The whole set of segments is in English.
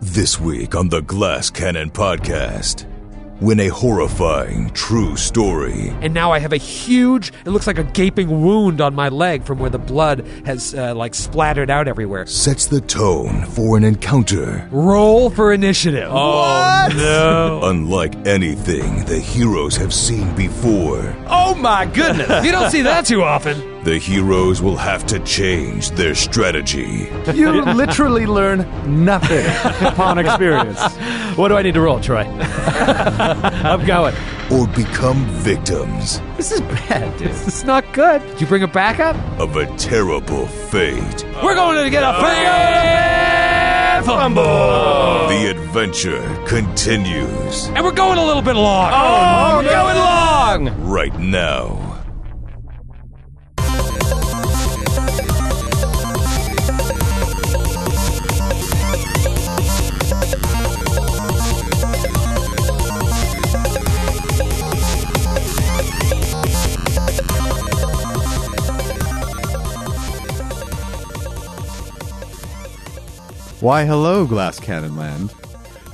This week on the Glass Cannon podcast, when a horrifying true story and now I have a huge, it looks like a gaping wound on my leg from where the blood has uh, like splattered out everywhere. sets the tone for an encounter Roll for initiative. Oh no! unlike anything the heroes have seen before. Oh my goodness. you don't see that too often. The heroes will have to change their strategy. You literally learn nothing upon experience. What do I need to roll, Troy? I'm going. or become victims This is bad, dude. It's not good. Did you bring it back up? of a terrible fate. We're going to get a fair fumble. The adventure continues And we're going a little bit long. Oh, we're going long. right now. Why, hello, Glass Cannon Land.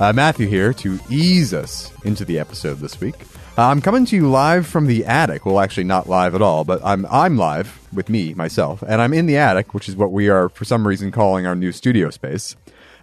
Uh, Matthew here to ease us into the episode this week. Uh, I'm coming to you live from the attic. Well, actually, not live at all, but I'm I'm live with me myself, and I'm in the attic, which is what we are for some reason calling our new studio space.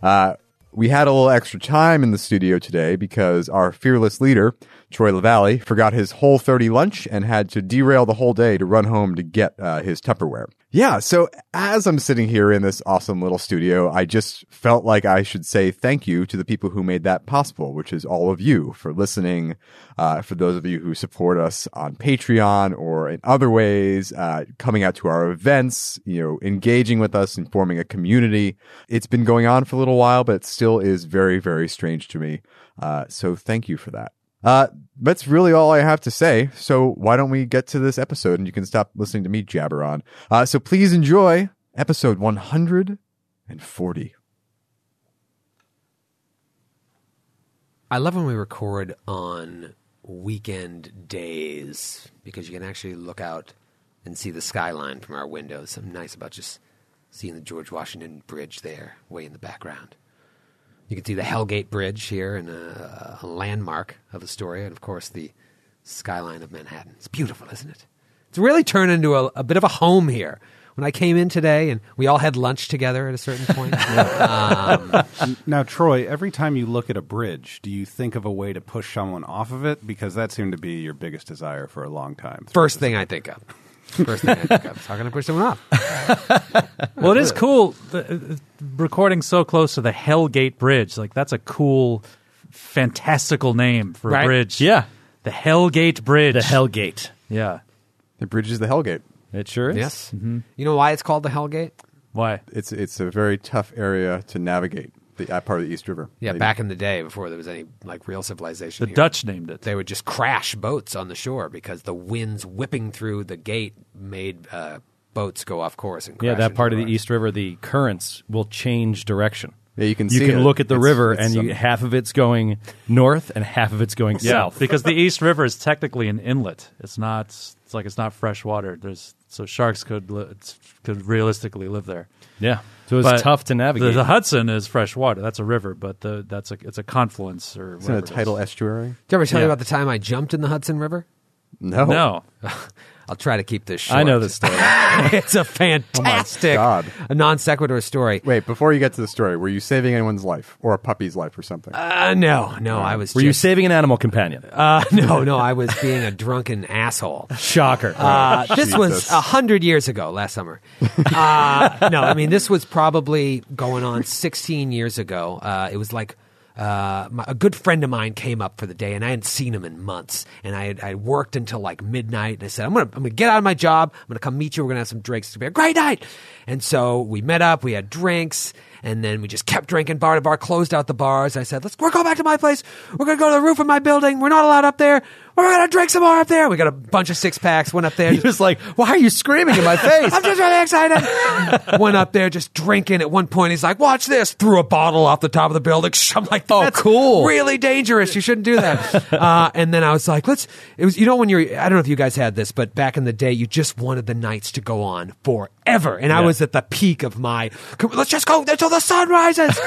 Uh, we had a little extra time in the studio today because our fearless leader, Troy LaValle, forgot his whole 30 lunch and had to derail the whole day to run home to get uh, his Tupperware. Yeah, so as I'm sitting here in this awesome little studio, I just felt like I should say thank you to the people who made that possible, which is all of you for listening, uh, for those of you who support us on Patreon or in other ways, uh, coming out to our events, you know, engaging with us and forming a community. It's been going on for a little while, but it still is very, very strange to me. Uh, so thank you for that. Uh, that's really all I have to say. So why don't we get to this episode and you can stop listening to me jabber on. Uh, so please enjoy episode 140. I love when we record on weekend days because you can actually look out and see the skyline from our windows. Something nice about just seeing the George Washington Bridge there, way in the background. You can see the Hellgate Bridge here and uh, a, a landmark of Astoria, and of course the skyline of Manhattan. It's beautiful, isn't it? It's really turned into a, a bit of a home here. When I came in today, and we all had lunch together at a certain point. um, Now, Troy, every time you look at a bridge, do you think of a way to push someone off of it? Because that seemed to be your biggest desire for a long time. First thing I think of. First thing I think of. is How can I push someone off? Well, it is cool the, uh, recording so close to the Hellgate Bridge. Like that's a cool, fantastical name for Right? a bridge. Yeah. the Hellgate Bridge. The Hellgate. Yeah. The bridge is the Hellgate. It sure is. Yes. You know why it's called the Hellgate? Why? It's, it's a very tough area to navigate, the, that part of the East River. Yeah, They- back in the day before there was any like real civilization. The here, Dutch named it. They would just crash boats on the shore because the winds whipping through the gate made uh, boats go off course and crash Yeah, that into part of the rocks. East River, the currents will change direction. Yeah, you can You see can it. look at the It's- river, it's and you, some- half of it's going north, and half of it's going Yeah, south. because the East River is technically an inlet. It's not. It's like it's not fresh water. There's so sharks could li- could realistically live there. Yeah, so it's But tough to The, navigate. the Hudson is fresh water. That's a river, but the that's a it's a confluence or It's in a whatever it tidal is. estuary? Did you ever tell Yeah. you about the time I jumped in the Hudson River? No. No, Oh. I'll try to keep this short. I know this story. it's a fantastic God. a non sequitur story. Wait, before you get to the story, were you saving anyone's life or a puppy's life or something? Uh, no, no, I was Were you just- saving an animal companion? uh, no, no, I was being a drunken asshole. Shocker. Uh, this was Jesus. a hundred years ago, last summer. Uh, no, I mean this was probably going on sixteen years ago. Uh, it was like uh, my, a good friend of mine came up for the day, and I hadn't seen him in months. And I had, I worked until like midnight, and I said, "I'm gonna I'm gonna get out of my job. I'm gonna come meet you. We're gonna have some drinks. It's gonna be a great night." And so we met up. We had drinks. And then we just kept drinking bar to bar, closed out the bars. I said, let's, we're going back to my place. We're going to go to the roof of my building. We're not allowed up there. We're going to drink some more up there. We got a bunch of six packs, went up there. he just- was like, "Why are you screaming in my face?" I'm just really excited. Went up there just drinking. At one point, he's like, "Watch this!" Threw a bottle off the top of the building. I'm like, Oh, "That's cool. Really dangerous. You shouldn't do that." uh, and then I was like, "Let's." It was you know when you're. I don't know if you guys had this, but back in the day, you just wanted the nights to go on forever, and I was at the peak of my. "Come- Let's just go until the sun rises.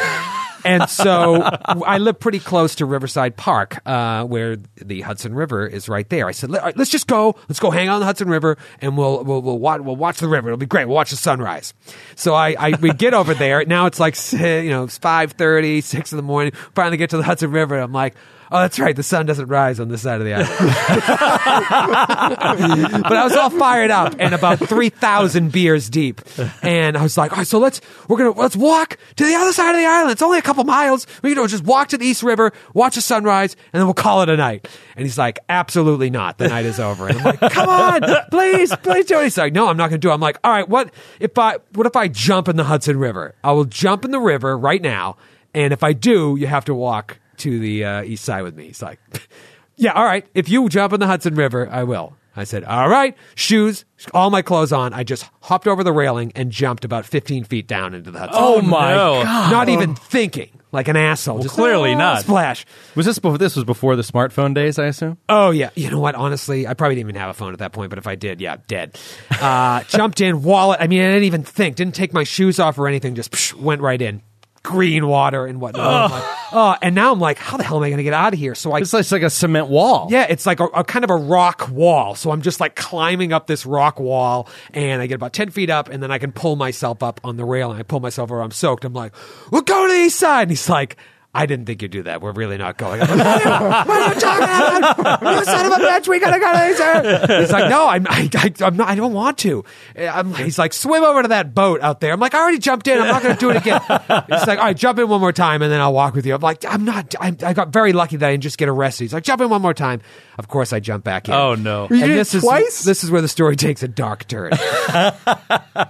and so I live pretty close to Riverside Park, uh, where the Hudson River is right there. I said, Let, all right, "Let's just go. Let's go hang out on the Hudson River, and we'll we'll we'll watch, we'll watch the river. It'll be great. We'll watch the sunrise." So I, I we get over there. Now it's like si- you know it's 5:30, 6 in the morning. Finally get to the Hudson River. And I'm like. Oh, that's right. The sun doesn't rise on this side of the island. but I was all fired up and about three thousand beers deep, and I was like, "All right, so let's we're gonna let's walk to the other side of the island. It's only a couple miles. We can just walk to the East River, watch the sunrise, and then we'll call it a night." And he's like, "Absolutely not. The night is over." And I'm like, "Come on, please, please do it." He's like, "No, I'm not gonna do it." I'm like, "All right, what if I what if I jump in the Hudson River? I will jump in the river right now, and if I do, you have to walk to the uh, east side with me." He's like. Yeah, all right. If you jump in the Hudson River, I will. I said, all right, shoes, all my clothes on. I just hopped over the railing and jumped about 15 feet down into the Hudson. Oh, my no. god! Not even thinking, like an asshole. just clearly "Ah, not." Splash. Was this before? This was before the smartphone days, I assume. Oh, yeah. You know what? Honestly, I probably didn't even have a phone at that point, but if I did, yeah, dead. Uh, jumped in, wallet. I mean, I didn't even think, didn't take my shoes off or anything, just psh, went right in. Green water and whatnot. Oh. and now I'm like, how the hell am I going to get out of here? So I It's like, it's like a cement wall. Yeah, it's like a, a kind of a rock wall. So I'm just like climbing up this rock wall, and I get about ten feet up, and then I can pull myself up on the rail, and I pull myself over. I'm soaked. I'm like, "We'll go to the east side," and he's like. I didn't think you'd do that. We're really not going. I'm like, what, are you, what are you talking about? You son of a bitch! We gotta go to the east side." He's like, no, I'm, I, I, I'm not. I don't want to. Eh, I'm, he's like, swim over to that boat out there. I'm like, I already jumped in. I'm not going to do it again. He's like, all right, jump in one more time and then I'll walk with you. I'm like, I'm not. I'm, I got very lucky that I didn't just get arrested. He's like, jump in one more time. Of course, I jump back in. Oh, no. You did it this twice? is this is where the story takes a dark turn.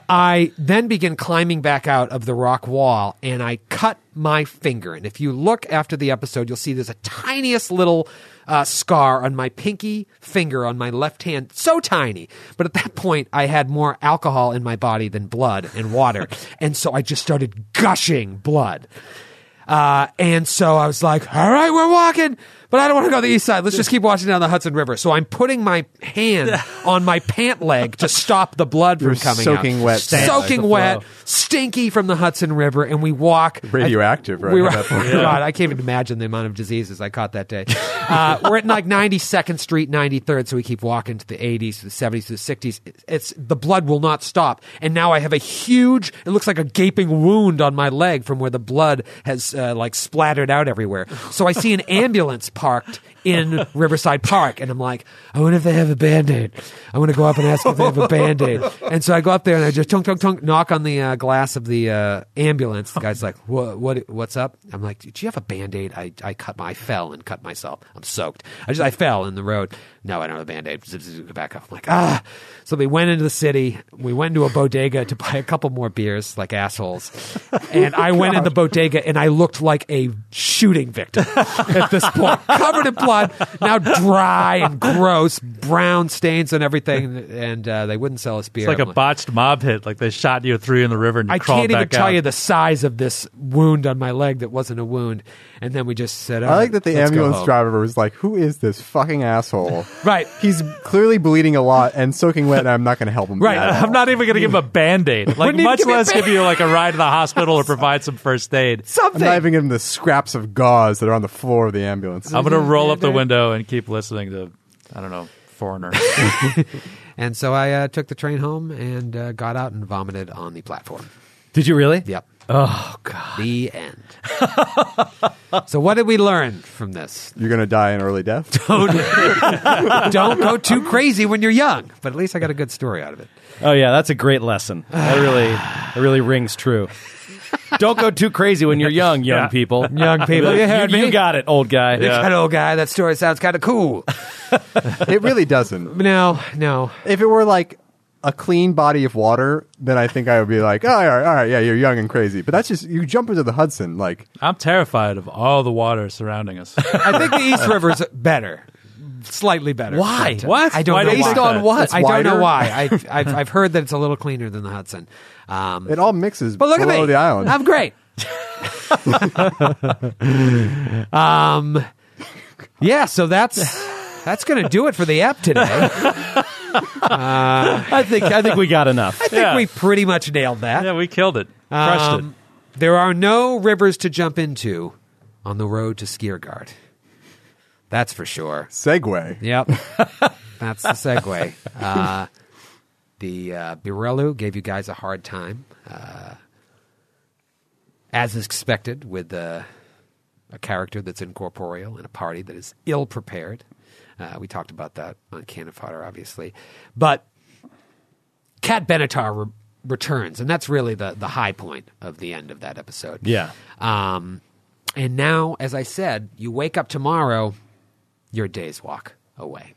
I then begin climbing back out of the rock wall and I cut my finger. And if you look after the episode, you'll see there's a tiniest little uh, scar on my pinky finger on my left hand. So tiny. But at that point, I had more alcohol in my body than blood and water. and so I just started gushing blood. Uh, and so I was like, all right, we're walking, but I don't want to go to the east side. Let's just keep watching down the Hudson River. So I'm putting my hand on my pant leg to stop the blood from You're coming soaking out. wet. Soaking The wet, flow. stinky from the Hudson River, and we walk. Radioactive, right, We at were, that point. God, I can't even imagine the amount of diseases I caught that day. Uh, we're at like 92nd Street, 93rd, so we keep walking to the 80s, to the 70s, to the 60s. It's the blood will not stop, and now I have a huge. It looks like a gaping wound on my leg from where the blood has uh, like splattered out everywhere. So I see an ambulance parked in Riverside Park, and I'm like, I wonder if they have a band aid. I want to go up and ask if they have a band aid. And so I go up there and I just tunk tunk tunk knock on the uh, glass of the uh, ambulance. The guy's like, what, what what's up? I'm like, do you have a band aid? I, I cut my I fell and cut myself. I'm soaked. I just I fell in the road. No, I don't have a band aid. Zip, zip, zip, Back up. I'm like ah. So we went into the city. We went into a bodega to buy a couple more beers, like assholes. And I went in the bodega and I looked like a shooting victim at this point, covered in blood, now dry and gross, brown stains and everything. And uh, they wouldn't sell us beer. It's like a I'm botched mob hit. Like they shot you through in the river and you I crawled can't even back tell out. you the size of this wound on my leg that wasn't a wound. And then we just said, I like that the ambulance driver. driver was like, "Who is this fucking asshole?" Right. He's clearly bleeding a lot and soaking wet, and I'm not going to help him. Right. at all. I'm not even going to give him a band aid. Like, Wouldn't even much give me a less give you like a ride to the hospital or provide some first aid. I'm Something. not even giving him the scraps of gauze that are on the floor of the ambulance. I'm going to roll up the window and keep listening to, I don't know, Foreigner. And so I uh, took the train home and uh, got out and vomited on the platform. Did you really? Yep. Oh god. The end. so what did we learn from this? You're going to die an early death. Don't go too crazy when you're young. But at least I got a good story out of it. Oh yeah, that's a great lesson. That really, that really rings true. Don't go too crazy when you're young, young Yeah. people. Young people, you heard you me. got it, old guy. That old guy, that story sounds kind of cool. it really doesn't. No, no. If it were like a clean body of water, then I think I would be like, oh, all right, all right, yeah, you're young and crazy. But that's just you jump into the Hudson, like I'm terrified of all the water surrounding us. I think the East River's better. Slightly better. Why? But, uh, What? I don't Why know do you why. think that? It's I don't know wider? why. I, I've, I've heard that it's a little cleaner than the Hudson. Um, it all mixes But look below at me. the island. I'm great. um, yeah. So that's that's gonna do it for the app today. Uh, I I think I think we got enough. think we pretty much nailed that. yeah, we killed it. Crushed Um, There are no rivers to jump into on the road to Skiergard. That's for sure. Segway. Yep. That's the segue. Uh, the uh, Birelu gave you guys a hard time, uh, as is expected with uh, a character that's incorporeal and a party that is ill prepared. Uh, we talked about that on Cannon Fodder, obviously. But Cat Benatar re- returns, and that's really the, the high point of the end of that episode. Yeah. Um, and now, as I said, you wake up tomorrow, you're a day's walk away.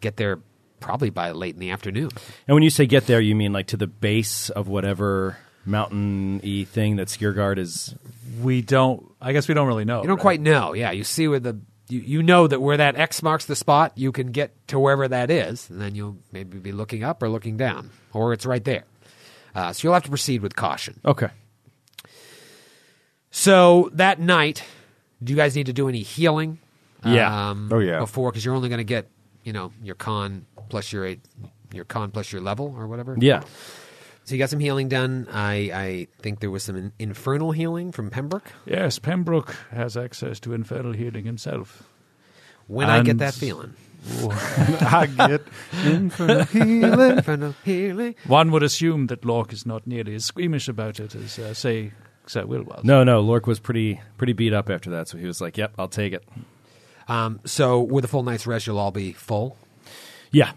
Get there probably by late in the afternoon. And when you say get there, you mean like to the base of whatever mountain y thing that Skiergard is. We don't. I guess we don't really know. You don't quite know. Yeah, you see where the you, you know that where that X marks the spot, you can get to wherever that is, and then you'll maybe be looking up or looking down, or it's right there. Uh, so you'll have to proceed with caution. Okay. So that night, do you guys need to do any healing? Yeah. Um, Oh, yeah. Before, because you're only going to get you know your con plus your eight, your con plus your level or whatever. Yeah. So you got some healing done. I I think there was some in- infernal healing from Pembroke. Yes, Pembroke has access to infernal healing himself. When I get And- that feeling, I get infernal healing. infernal healing. One would assume that Lork is not nearly as squeamish about it as, uh, say, Sir Will was. No, no. Lork was pretty pretty beat up after that, so he was like, "Yep, I'll take it." Um, so with a full night's rest, you'll all be full. Yeah.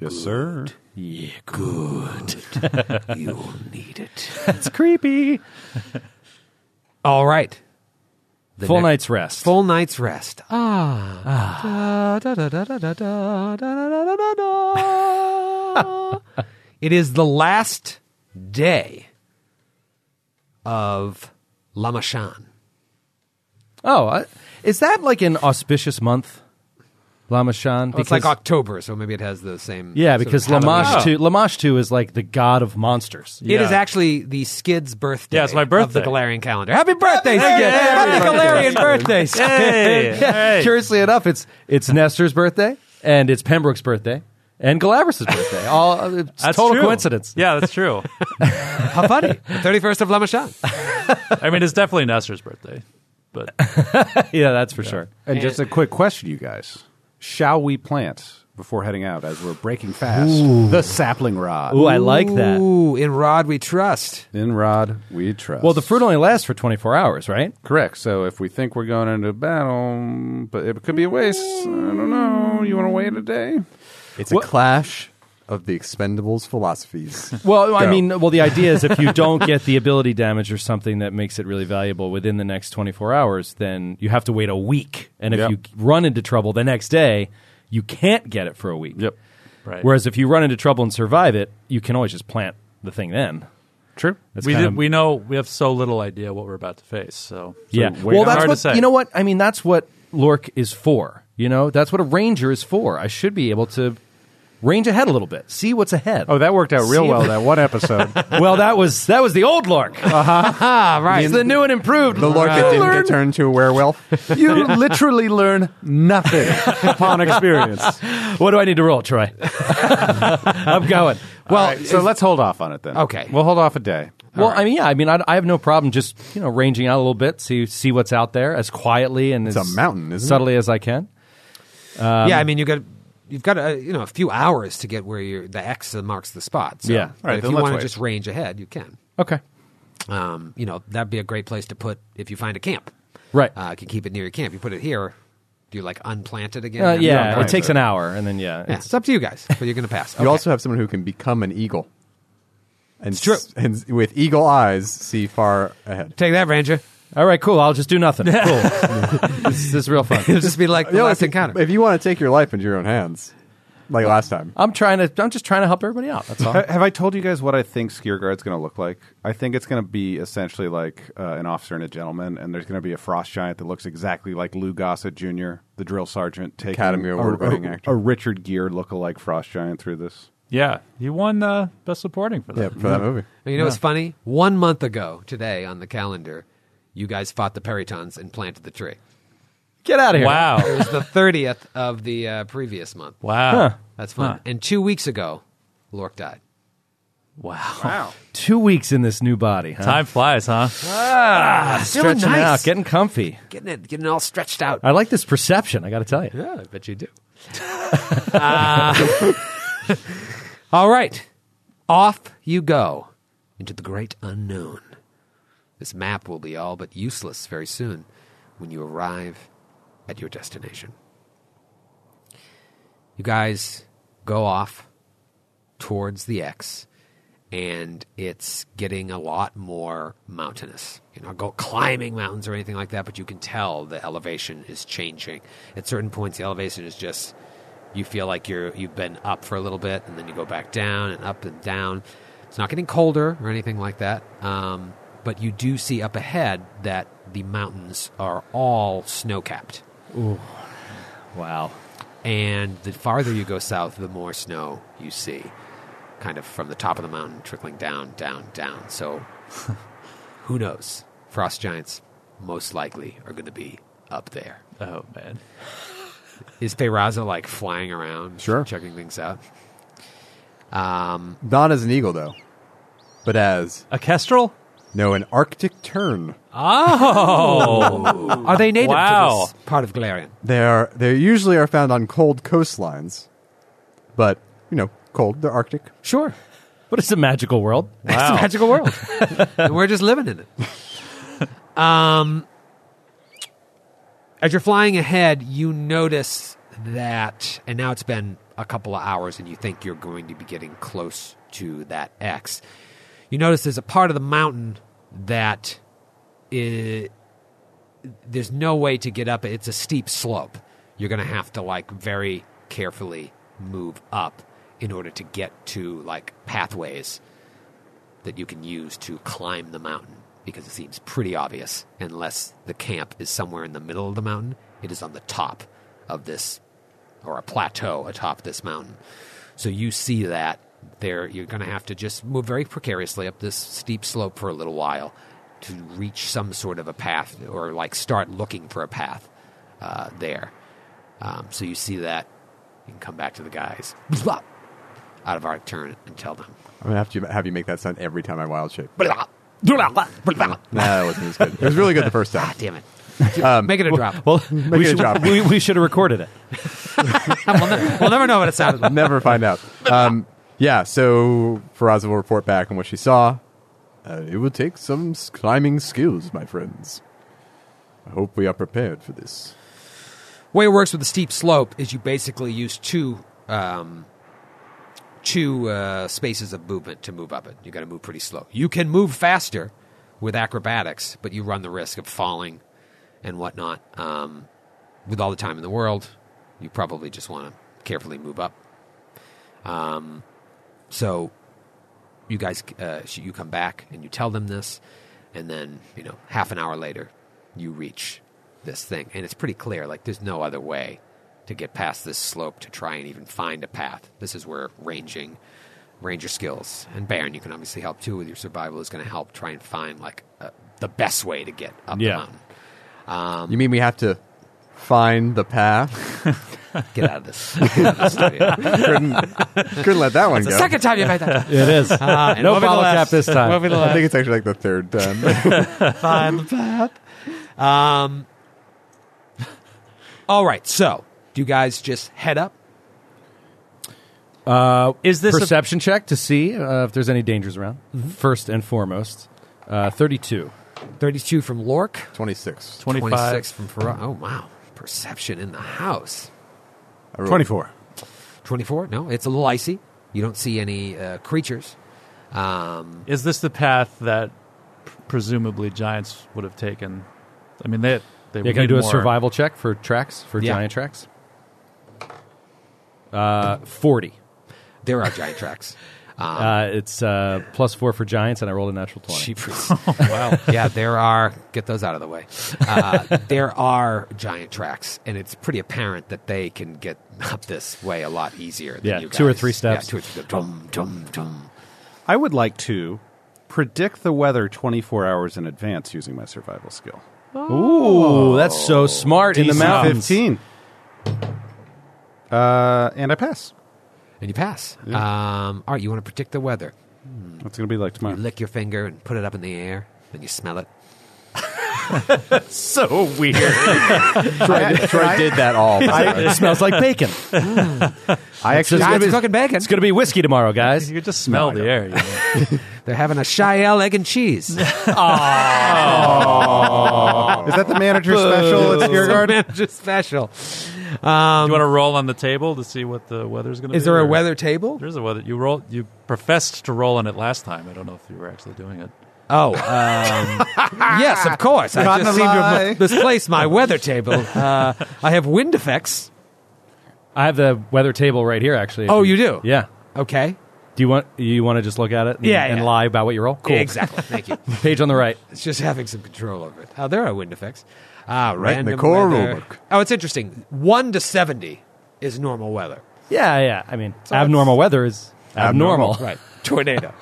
Yes, sir. Yeah. Good. You'll need it. It's creepy. All right. The Full next- night's rest. Full night's rest. Ah. It is the last day of Lamashan. Oh, I, is that like an auspicious month? Lamashan. Well, it's like October, so maybe it has the same. sort Yeah, of because Halloween. Lamash too. Lamash too is like the god of monsters. It is Yeah. actually the Skid's birthday. Yeah, it's my Of the birthday. Galarian calendar. Happy birthday, Skid! Happy birthday. Galarian birthday, Skid! Curiously enough, it's it's Nestor's birthday and it's Pembroke's birthday and Galabras' birthday. All uh, it's That's total true. coincidence. Yeah, that's true. How funny. The 31st of Lamashan. I mean, it's definitely Nestor's birthday, but yeah, that's for sure. And just a quick question, you guys: Shall we plant before heading out as we're breaking fast? The sapling rod. Ooh, I like that. Ooh, in Rod we trust. In rod, we trust. Well, the fruit only lasts for 24 hours, right? correct. So if we think we're going into battle, but it could be a waste. I don't know. You want to wait a day? It's a clash of the Expendables philosophies. Well, I Go. mean, well, the idea is if you don't get the ability damage or something that makes it really valuable within the next 24 hours, then you have to wait a week. And if Yep. you run into trouble the next day, you can't get it for a week. Yep. right. Whereas if you run into trouble and survive it, you can always just plant the thing then. True. That's we kind did, of- we know we have so little idea what we're about to face. So yeah. wait Well, on- that's Hard to what say. you know. What I mean, that's what Lork is for. You know, that's what a ranger is for. I should be able to range ahead a little bit, see what's ahead. Oh, that worked out real well that one episode. well, that was Uh-huh. that was the old Lork. All right. It's the new and improved. the Lord that didn't get turned to a werewolf. you literally learn nothing upon experience. What do I need to roll, Troy? I'm going. Well, so let's hold off on it then. Okay. We'll hold off a day. Well, I mean, yeah, I mean, I, I have no problem just you know ranging out a little bit, see see what's out there as quietly and It's as a mountain, isn't it? subtly as I can. yeah, I mean, you got you've got a, you know a few hours to get where your the X marks the spot. So, Yeah. All but right, if then you let's want to wait. just range ahead, you can. Okay, Um, you know that'd be a great place to put if you find a camp. right. Uh, you can keep it near your camp. You put it here. Do you like unplant it again? Uh, You don't yeah, know. it takes an hour, and then yeah, Yeah, it's- it's up to you guys. But you're gonna pass. You Okay. also have someone who can become an eagle. And, true. s- and s- with eagle eyes, see far ahead. take that, Ranger. All right, cool. I'll just do nothing. Cool. this, this is real fun. It'll just be like the Yeah, last if, encounter. if you want to take your life into your own hands, like last time, I'm trying to. I'm just trying to help everybody out. That's all. Ha- Have I told you guys what I think Skiergard's going to look like? I think it's going to be essentially like uh, an officer and a gentleman, and there's going to be a frost giant that looks exactly like Lou Gossett Jr., the drill sergeant, taking Academy a- Award-winning a, actor. a Richard Gere lookalike frost giant through this. yeah, he won uh, best supporting for yeah, that. for that movie. you know what's funny? One month ago today on the calendar, you guys fought the Peritons and planted the tree. Get out of here. It Wow, was the 30th of the uh, previous month. wow. That's fun. Huh. And two weeks ago, Lork died. Wow. Wow. Two weeks in this new body, huh? Time flies, huh? Stretching Feeling nice. out, getting comfy. getting it, getting it all stretched out. I like this perception, I got to tell you. Yeah, I bet you do. Uh, all right. Off you go into the great unknown. This map will be all but useless very soon when you arrive at your destination. You guys go off towards the X, and it's getting a lot more mountainous. You know, go climbing mountains or anything like that, but you can tell the elevation is changing. At certain points, the elevation is just you feel like you're you've been up for a little bit, and then you go back down and up and down. It's not getting colder or anything like that, um, but you do see up ahead that the mountains are all snow capped Wow. and the farther you go south, the more snow you see, kind of from the top of the mountain trickling down, down, down. So, who knows? Frost giants most likely are going to be up there. Oh man. Is Peyraza like flying around, Sure. checking things out? Um, Not as an eagle, though, but as A kestrel? no an Arctic tern. are they native Wow. to this part of Galarian? They are they usually are found on cold coastlines, but you know, cold. They're Arctic. Sure, But it's a magical world. it's a magical world, and we're just living in it. Um, as you're flying ahead, you notice that, and now it's been a couple of hours, and you think you're going to be getting close to that X. You notice there's a part of the mountain that i there's no way to get up. It's a steep slope. You're going to have to like very carefully move up in order to get to like pathways that you can use to climb the mountain because it seems pretty obvious unless the camp is somewhere in the middle of the mountain it is on the top of this or a plateau atop this mountain so you see that there you're going to have to just move very precariously up this steep slope for a little while to reach some sort of a path or like start looking for a path uh, there um, so you see that you can come back to the guys out of our turn and tell them I'm gonna have to have you make that sound every time I wild shape. Blah, blah, blah, blah. Nah, that wasn't as good. It was really good the first time. Ah, damn it. Make it a drop. Well, we it a should, drop. we, we should have recorded it. we'll, ne- we'll never know what it sounded like. Never find out. Um, yeah, so Faraz will report back on what she saw. Uh, it would take some s- climbing skills, my friends. I hope we are prepared for this. way it works with the steep slope is you basically use two um, two uh, spaces of movement to move up it. You got to move pretty slow. You can move faster with acrobatics, but you run the risk of falling and whatnot. Um, with all the time in the world, you probably just want to carefully move up. Um, so you guys, uh, sh- you come back and you tell them this, and then you know, half an hour later, you reach this thing, and it's pretty clear. Like there's no other way to get past this slope to try and even find a path. This is where ranging, ranger skills, and Baron, you can obviously help too with your survival is going to help try and find like uh, the best way to get up Yeah. the mountain. Um, You mean we have to find the path? Get out of this. Get out of this studio. couldn't, couldn't let that one the go. second time you've made that. It is. Uh, and no we'll be the bottle cap last. this time. I think it's actually like the third time. Um, all right, so do you guys just head up? Uh, Is this a- perception check to see uh, if there's any dangers around? First and foremost, uh, thirty-two. 32 from Lork, 26. 25. 26 from Ferrari. Oh, wow. Perception in the house. I rolled 24. 24? No, it's a little icy. You don't see any uh, creatures. Um, Is this the path that presumably giants would have taken? I mean, they they Yeah, would can I need do a more. survival check for tracks for Yeah. giant tracks? Uh, Forty. there are giant tracks. Um, Uh, it's uh, plus four for giants, and I rolled a natural twenty. Jeepers. wow. Yeah, there are. Get those out of the way. Uh, there are giant tracks, and it's pretty apparent that they can get up this way a lot easier. Than Yeah, you two or guys. three steps. Yeah, two or three. Dum dum dum. I would like to predict the weather 24 hours in advance using my survival skill. Ooh, that's so smart in the DC mountains. 15. Uh, and I pass. Uh, And you pass. Um, all right, you want to predict the weather? Hmm. What's it going to be like tomorrow? You lick your finger and put it up in the air, and you smell it. So weird. Troy, Troy did that all. it smells like bacon. I actually Guys, be- cooking bacon. It's going to be whiskey tomorrow, guys. you could just smell the air. you know. They're having a Shiel egg and cheese. Is that the manager special at Skiergard? Manager special. Um, Do you want to roll on the table to see what the weather's going to be? Is there a or- weather table? There's a weather. You roll. You professed to roll on it last time. I don't know if you were actually doing it. Oh, um, yes, of course. I Rotten just seem to lie. have misplaced my weather table. Uh, I have wind effects. I have the weather table right here, actually. Oh, you do? Yeah. Okay. Do you want you want to just look at it? And, Yeah, and yeah. lie about what you roll. Cool. Exactly. Thank you. Page on the right. It's just having some control over it. Oh, there are wind effects. Ah, Right in the random core weather. rulebook. Oh, it's interesting. One to seventy is normal weather. Yeah, yeah. I mean, abnormal weather is abnormal. Right. Tornado.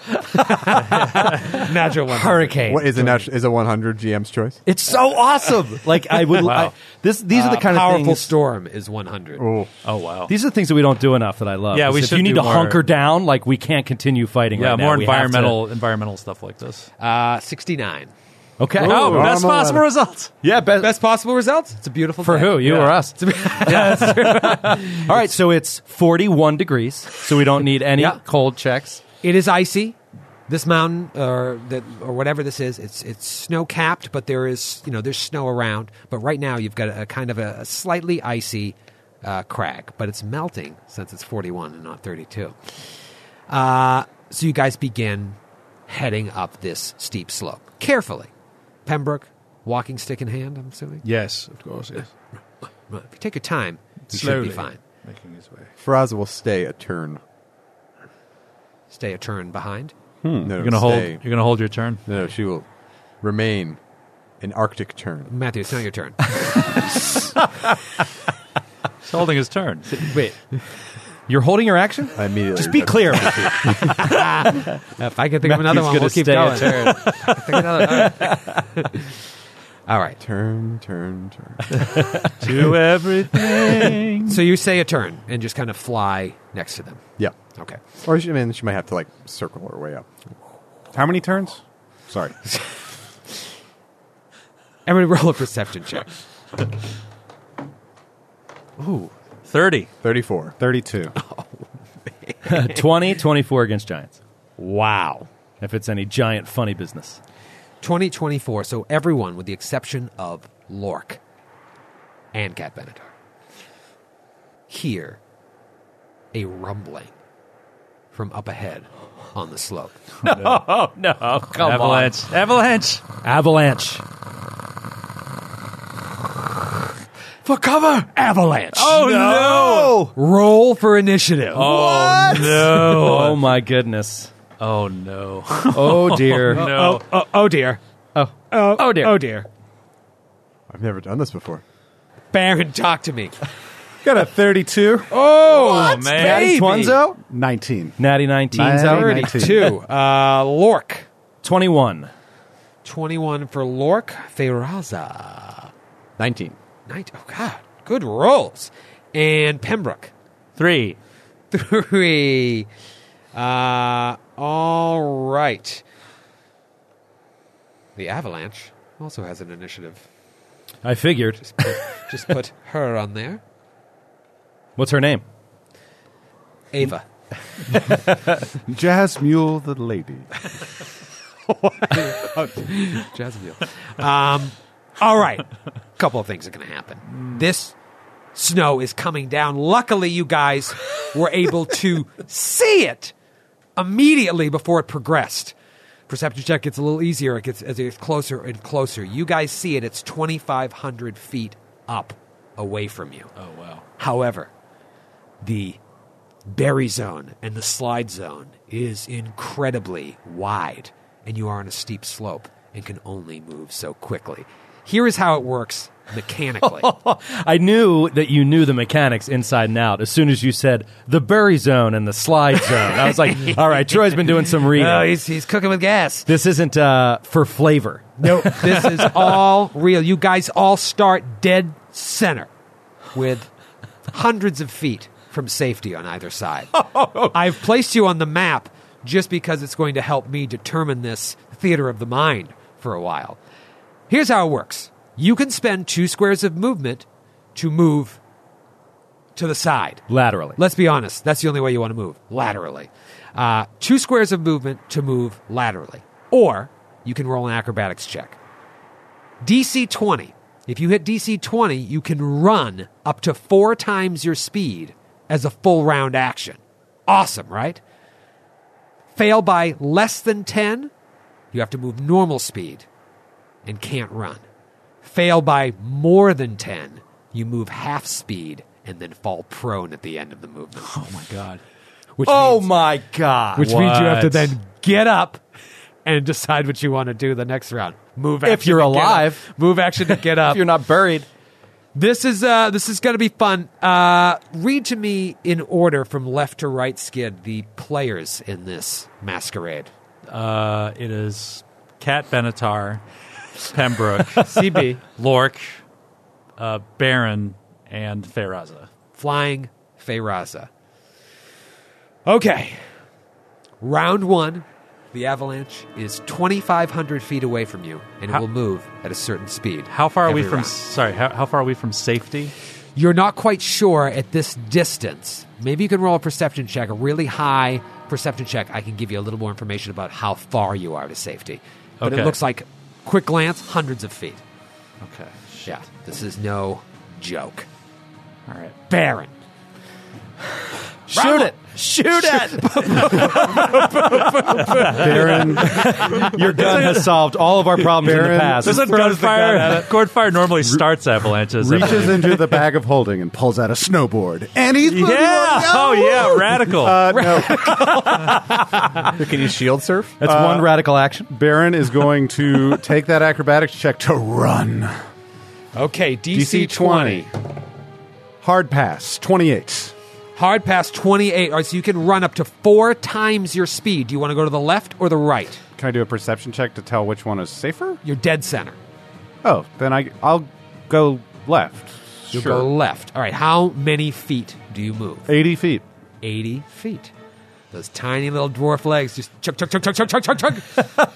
Natural one. Hurricane. What is it? natu- Is it 100 GM's choice? It's so awesome. Like I would. I- this these are the kind of Uh, powerful things. storm is one hundred. Oh, Oh wow. These are the things that we don't do enough that I love. Yeah, Is we if should you need do to more- hunker down, like we can't continue fighting. yeah, right now. more We have to- environmental environmental stuff like this. Uh, sixty nine. okay. oh, normal best possible weather. result. yeah. Best, Best possible results. It's a beautiful for day. who? You or us? All right. So it's forty-one degrees. So we don't need any Yeah. cold checks. It is icy. This mountain, or that, or whatever this is, it's it's snow capped, but there is you know there's snow around. But right now you've got a, kind of a, a slightly icy uh, crag, but it's melting since it's 41 and not 32. Uh, so you guys begin heading up this steep slope carefully. Pembroke, walking stick in hand, I'm assuming. Yes, of course, yes. Right. If you take your time, you should be fine. Making his way. Faraz will stay a turn. Stay a turn behind. No, no, You're gonna hold. stay. You're gonna hold your turn. No, no, she will remain an Arctic turn. Matthew, it's not your turn. He's holding his turn. Wait. You're holding your action. I immediately Just be clear. If I can think of another one, Matthew's gonna we'll keep stay going. a I can think of another- all right. All right. Turn, turn, turn. Do everything. So you say a turn and just kind of fly next to them. yeah. Okay. Or she, I mean, she might have to like circle her way up. How many turns? Sorry. Everybody roll a perception check. Thirty. 34. 32. 20, 24 against Giants. Wow. If it's any giant funny business. 2024. So everyone, with the exception of Lork and Cat Benatar, hear a rumbling from up ahead on the slope. Oh no! Come Avalanche. Avalanche. Avalanche. For cover, avalanche. Oh no! Roll for initiative. Oh no! Oh my goodness. Oh no! Oh dear. No. oh, oh dear. Oh. Oh, Oh, dear. Oh dear. I've never done this before. Baron, talk to me. Got a 32. Oh man! Baby. Swanzo? 19. Natty 19's out. Natty. 32. Uh, Lork. 21. 21 for Lork. Feyraza. 19. Night. Oh, God. Good rolls. And Pembroke. Three. Three. Uh, all right. The Avalanche also has an initiative. I figured. Just put, just put her on there. What's her name? Ava. Jazz Mule the Lady. Jezebel. Um, all right. couple of things are going to happen. This snow is coming down. Luckily, you guys were able to see it immediately before it progressed. Perception check gets a little easier. It gets as it gets closer and closer. You guys see it. It's 2,500 feet up away from you. Oh wow! However, the berry zone and the slide zone is incredibly wide, and you are on a steep slope and can only move so quickly. Here is how it works mechanically. I knew that you knew the mechanics inside and out as soon as you said the bury zone and the slide zone. I was like, all right, Troy's been doing some reading. oh, he's, he's cooking with gas. this isn't uh, for flavor. Nope. this is all real. You guys all start dead center with hundreds of feet from safety on either side. I've placed you on the map just because it's going to help me determine this theater of the mind for a while. Here's how it works you can spend two squares of movement to move to the side. laterally. Let's be honest. That's the only way you want to move laterally. Uh, two squares of movement to move laterally. Or you can roll an acrobatics check. DC 20. If you hit DC 20, you can run up to four times your speed as a full round action. Awesome, right? Fail by less than 10, you have to move normal speed and can't run. Fail by more than 10, you move half speed and then fall prone at the end of the movement. Oh my god. Which oh means- my god! which means you have to What? then get up and decide what you want to do the next round. Move action If you're to get up. alive. Move action to get up. If you're not buried. This is uh, this is going to be fun. Uh, read to me in order from left to right, Skid. The players in this masquerade. Uh, it is Cat Benatar, Pembroke, CB Lork, uh, Baron, and Feyraza. flying Feyraza. Okay, round one. The avalanche is twenty five hundred feet away from you, and it How- will move at a certain speed. How far are we every from? round. Sorry, how, how far are we from safety? You're not quite sure at this distance. Maybe you can roll a perception check, a really high perception check. I can give you a little more information about how far you are to safety. But it Okay. looks like, quick glance, hundreds of feet. Okay. Yeah, this is no joke. All right. Baron. Shoot it! Shoot it! Baron, Your gun has solved all of our problems in the Baron, past. Doesn't gunfire? Gunfire normally starts avalanches. I reaches believe. into the bag of holding and pulls out a snowboard, and he's moving Yeah. on. Oh yeah. Radical. Uh, no. Can you shield surf? That's one radical action. Baron is going to take that acrobatics check to run. Okay, DC, 20. Hard pass, 28. Hard pass 28. All right, so you can run up to four times your speed. Do you want to go to the left or the right? Can I do a perception check to tell which one is safer? You're dead center. Oh, then I, I'll go left. You'll sure. go left. All right, how many feet do you move? 80 feet. 80 feet. Those tiny little dwarf legs just chug, chug, chug, chug, chug, chug, chug, chug.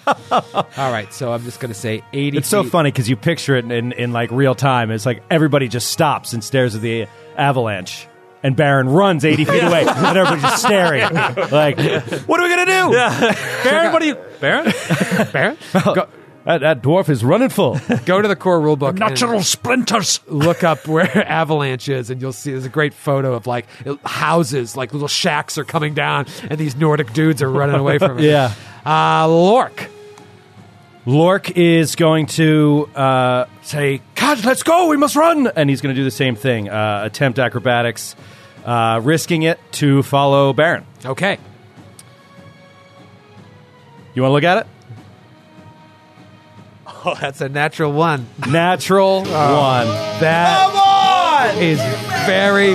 All right, so I'm just going to say 80 It's so feet. funny because you picture it in, in like real time. It's like everybody just stops and stares at the avalanche, and Baron runs eighty feet away, and everybody's just staring. Like, what are we gonna do? Baron, what do you? Baron. Baron? That, that dwarf is running full. Go to the core rulebook. Natural and splinters. Look up where Avalanche is, and you'll see there's a great photo of like houses, like little shacks are coming down, and these Nordic dudes are running away from it. Yeah. Uh, Lork. Lork is going to uh, say, "God, let's go! We must run!" And he's going to do the same thing: uh, attempt acrobatics, uh, risking it to follow Baron. Okay. You want to look at it? Oh, that's a natural one. Natural Oh. one. That is very,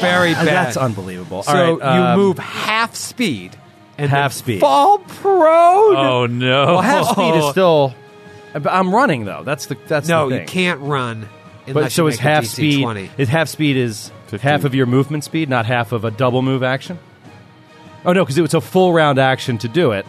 very bad. Oh, That's unbelievable. So All right, um, you move half speed and half then speed. Fall prone. Oh no. Well, half speed is still. but I'm running though. That's the that's no, the thing. you can't run. Unless But so you is make a half DC speed. 20. Is half speed is half of your movement speed, not half of a double move action. Oh no, because it was a full round action to do it.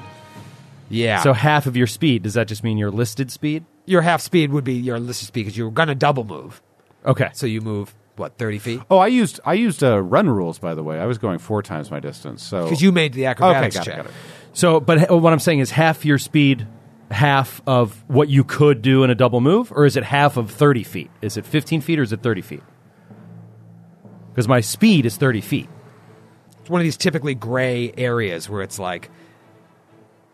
Yeah. So So half of your speed. Does that just mean your listed speed? your half speed would be your listed speed because you were gonna double move. Okay. So you move what thirty feet Oh, I used I used uh, run rules by the way. I was going four times my distance. So because you made the okay, acrobatics got it, check. got it. So, but h- what I'm saying is half your speed, half of what you could do in a double move, or is it half of 30 feet? Is it 15 feet or is it 30 feet? Because my speed is 30 feet. It's one of these typically gray areas where it's like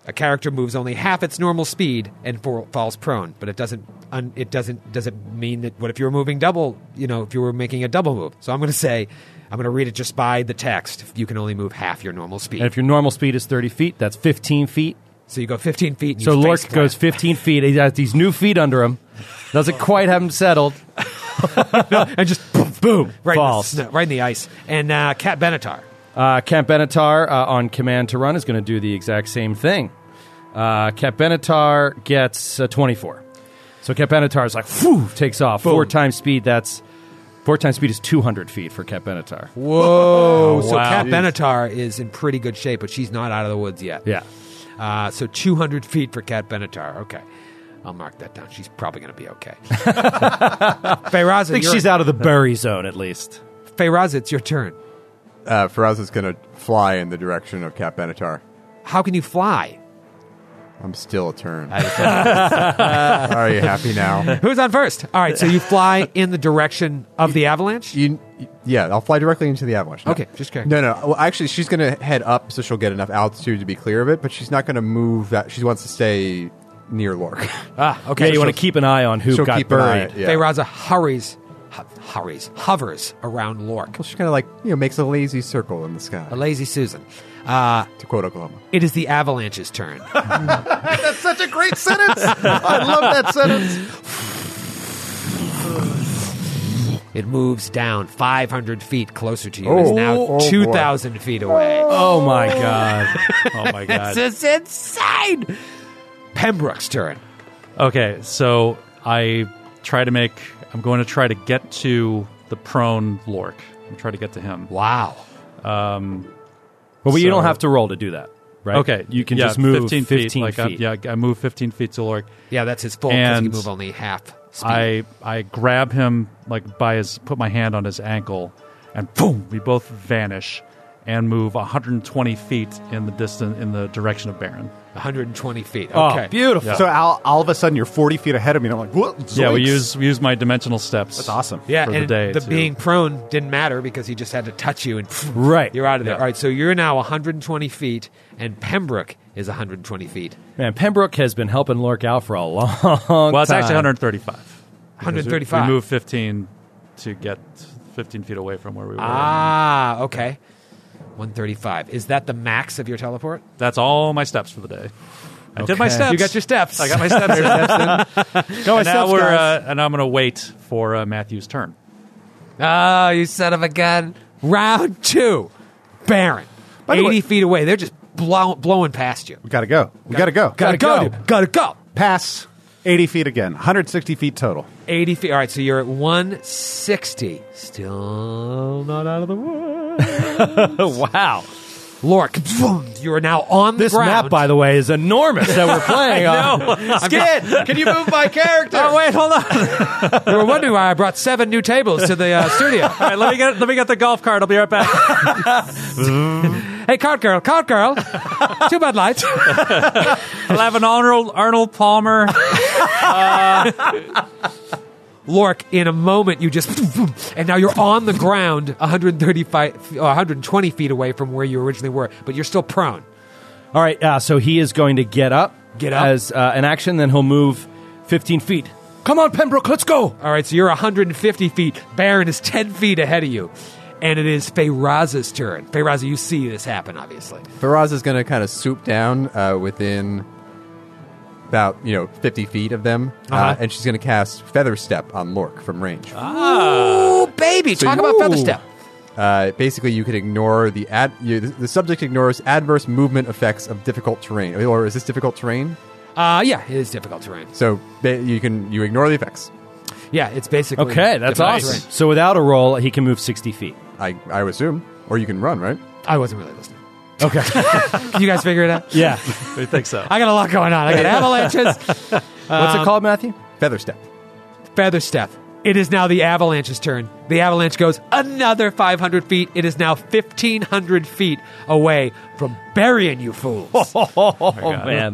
a character moves only half its normal speed and for, falls prone, but it doesn't. Un, it doesn't. Does it mean that? What if you were moving double? You know, if you were making a double move. So I'm going to say, I'm going to read it just by the text. You can only move half your normal speed. And if your normal speed is 30 feet, that's 15 feet. so you go 15 feet. And So you Lork face goes 15 feet. He has these new feet under him. Doesn't quite have him settled. plant and just boom, Boom. right falls. in the snow, right in the ice. And uh, Cat Benatar. Uh, Camp Benatar uh, on command to run is going to do the exact same thing. Uh, Camp Benatar gets uh, 24. So Camp Benatar is like, whew, takes off. Four times speed, that's Fort time speed is 200 feet for Cat Benatar. Whoa! so Oh, wow. Cat Jeez. Benatar is in pretty good shape, but she's not out of the woods yet. Yeah. Uh, so 200 feet for Cat Benatar. Okay. I'll mark that down. She's probably going to be okay. Feyraza, I think you're- she's out of the bury zone at least. Feyraza, it's your turn. Uh, Faraz is going to fly in the direction of Cap Benatar. How can you fly? I'm still a turn. Are you happy now? Who's on first? All right, so you fly in the direction of the avalanche? You, yeah, I'll fly directly into the avalanche. No. Okay, just kidding. No, no. Well, actually, she's going to head up so she'll get enough altitude to be clear of it, but she's not going to move that. She wants to stay near Lork. Ah, okay. you want to keep an eye on who she'll got keep an eye- buried. yeah. Feyraza hurries, hu- hurries, hovers around Lork. Well, she kind of like, you know, makes a lazy circle in the sky, A lazy Susan. Uh, to quote Oklahoma. it is the avalanche's turn. Such a great sentence. I love that sentence. It moves down 500 feet closer to you. It is now Oh, boy. 2,000 feet away. Oh my god. Oh my This god. is insane! Pembroke's turn. Okay, so I try to make. I'm going to try to get to the prone Lork. I'm trying to get to him. Wow. But you don't So- have to roll to do that, right? Okay, You can yeah, just move 15 15 feet. feet. uh, like, I, yeah, I move 15 feet to Lork. Yeah, that's his full because you And move only half speed. I I grab him like by his put my hand on his ankle, and boom, we both vanish, and move 120 feet in the distance in the direction of Baron. 120 feet. Oh, Okay. beautiful. So all, all of a sudden, you're 40 feet ahead of me, and I'm like, what? Yeah, we Zoinks. use we use my dimensional steps. That's awesome. yeah, for the and day, too. being prone didn't matter because he just had to touch you and Right. you're out of there. Yeah. All right, so you're now 120 feet, and Pembroke is 120 feet. Man, Pembroke has been helping Lork out for a long time. Well, it's actually 135. because we- 135. We moved 15 to get 15 feet away from where we were. Ah, okay. 135. Is that the max of your teleport? That's all my steps for the day. I did my steps. You got your steps. I got my steps. in. and now steps, we're guys. uh, and I'm going to wait for uh, Matthew's turn. Oh, you son of a gun. Round two. Baron. the 80 way- feet away. They're just blow, blowing past you. We gotta go. We gotta go. Gotta, go. dude. Gotta go. Pass 80 feet again. 160 feet total. 80 feet. All right, so you're at 160. Still not out of the woods. wow. Lork, boom, you are now on the This ground. map, by the way, is enormous that we're playing on. Skid, can you move my character? Oh, wait, hold on. you were wondering why I brought seven new tables to the uh, studio. All right, let me get let me get the golf cart. I'll be right back. Hey, card girl, card girl. Two Bud Lights. I'll have an Arnold Arnold Palmer. Lork, in a moment, you just. And now you're on the ground 135, or 120 feet away from where you originally were, but you're still prone. All right, uh, so he is going to get up, Get up. as uh, an action, then he'll move 15 feet. Come on, Pembroke, let's go. All right, so you're 150 feet. Baron is 10 feet ahead of you. And it is Feyraza's turn. Feyraza, you see this happen, obviously. Faraz is going to kind of swoop down uh, within about, you know, 50 feet of them. uh Uh-huh. and she's going to cast Feather Step on Lork from range. Ooh, baby, So talk you- about feather step. Uh, basically, you can ignore the ad. You, the subject ignores adverse movement effects of difficult terrain, or is this difficult terrain? Uh, yeah, it is difficult terrain. So ba- you can you ignore the effects. Yeah, it's basically Okay, that's difficult awesome. So without a roll, he can move 60 feet. I I would assume, or you can run, right? terrain. I wasn't really listening. Okay. Can you guys figure it out? yeah. we think so. I got a lot going on. I got avalanches, What's it called, Matthew? Feather Step. feather step. It is now the avalanche's turn. The avalanche goes another 500 feet. It is now 1,500 feet away from burying you fools. Oh, man.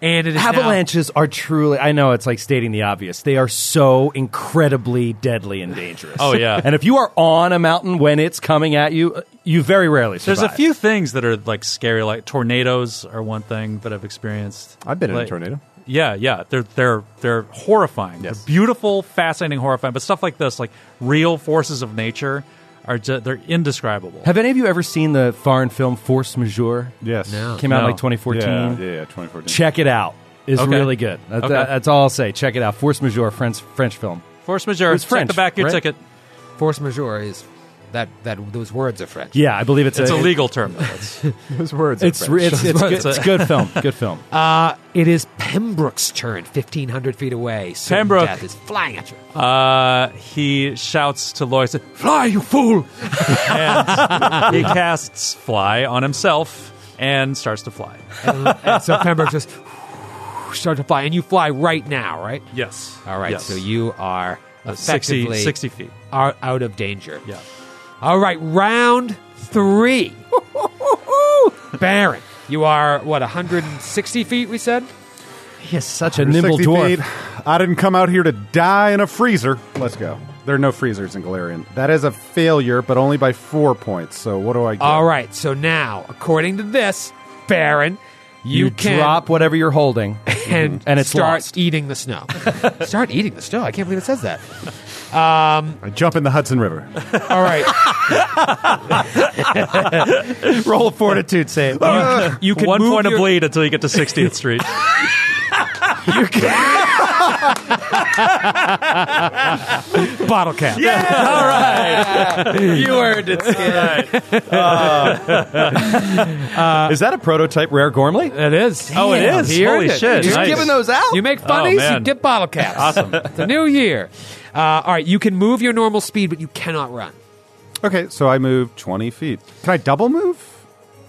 and it is now- Avalanches are truly, I know it's like stating the obvious. They are so incredibly deadly and dangerous. Oh, yeah. And if you are on a mountain when it's coming at you, uh, you very rarely survive. There's a few things that are like scary. Like tornadoes are one thing that I've experienced. I've been in Like- a tornado. Yeah, yeah. They're they're they're horrifying. Yes. They're beautiful, fascinating, horrifying. But stuff like this, like real forces of nature, are just, they're indescribable. Have any of you ever seen the foreign film Force Majeure? Yes. Came out in No. like 2014. Yeah, yeah, yeah, 2014. Check it out. It's Okay. really good. That- Okay. that's all I'll say. Check it out. Force Majeure, French, French film. Force majeure. It's Check French, the back of your right? ticket. force majeure is that that those words are French. Yeah, I believe it's, It's a, a legal term. though. It's- Those words. It's re- it's, it's, good, it's good film. Good film. Uh, it is Pembroke's turn, fifteen hundred feet away. Certain Pembroke. death is flying at you. Uh, he shouts to Lois, "Fly, you fool!" and he casts fly on himself and starts to fly. And so Pembroke just starts to fly, and you fly right now, right? Yes. All right, Yes. so you are Uh, 60, effectively 60 feet. are out of danger. Yeah. All right, round three. Baron, you are what 160 feet? We said. He is such a nimble 60 dwarf. feet. I didn't come out here to die in a freezer. Let's go. There are no freezers in Galarian. That is a failure, but only by four points. So what do I get? All right, so now, according to this, Baron, you, You can drop whatever you're holding. and, And it's start lost. eating the snow. start eating the snow. I can't believe it says that. I jump in the Hudson River. All right, Roll a fortitude save. You can One move point your- of bleed until you get to 60th Street. bottle cap. Yeah, you earned it. Uh, Uh, is that a prototype rare Gormley? it is. Oh, it is? He earned Holy it. shit, You nice. give Giving those out? You make funnies, you man. get bottle caps. Oh, Awesome. it's a new year. Uh, all right, you can move your normal speed, but you cannot run. okay, so I move 20 feet. Can I double move?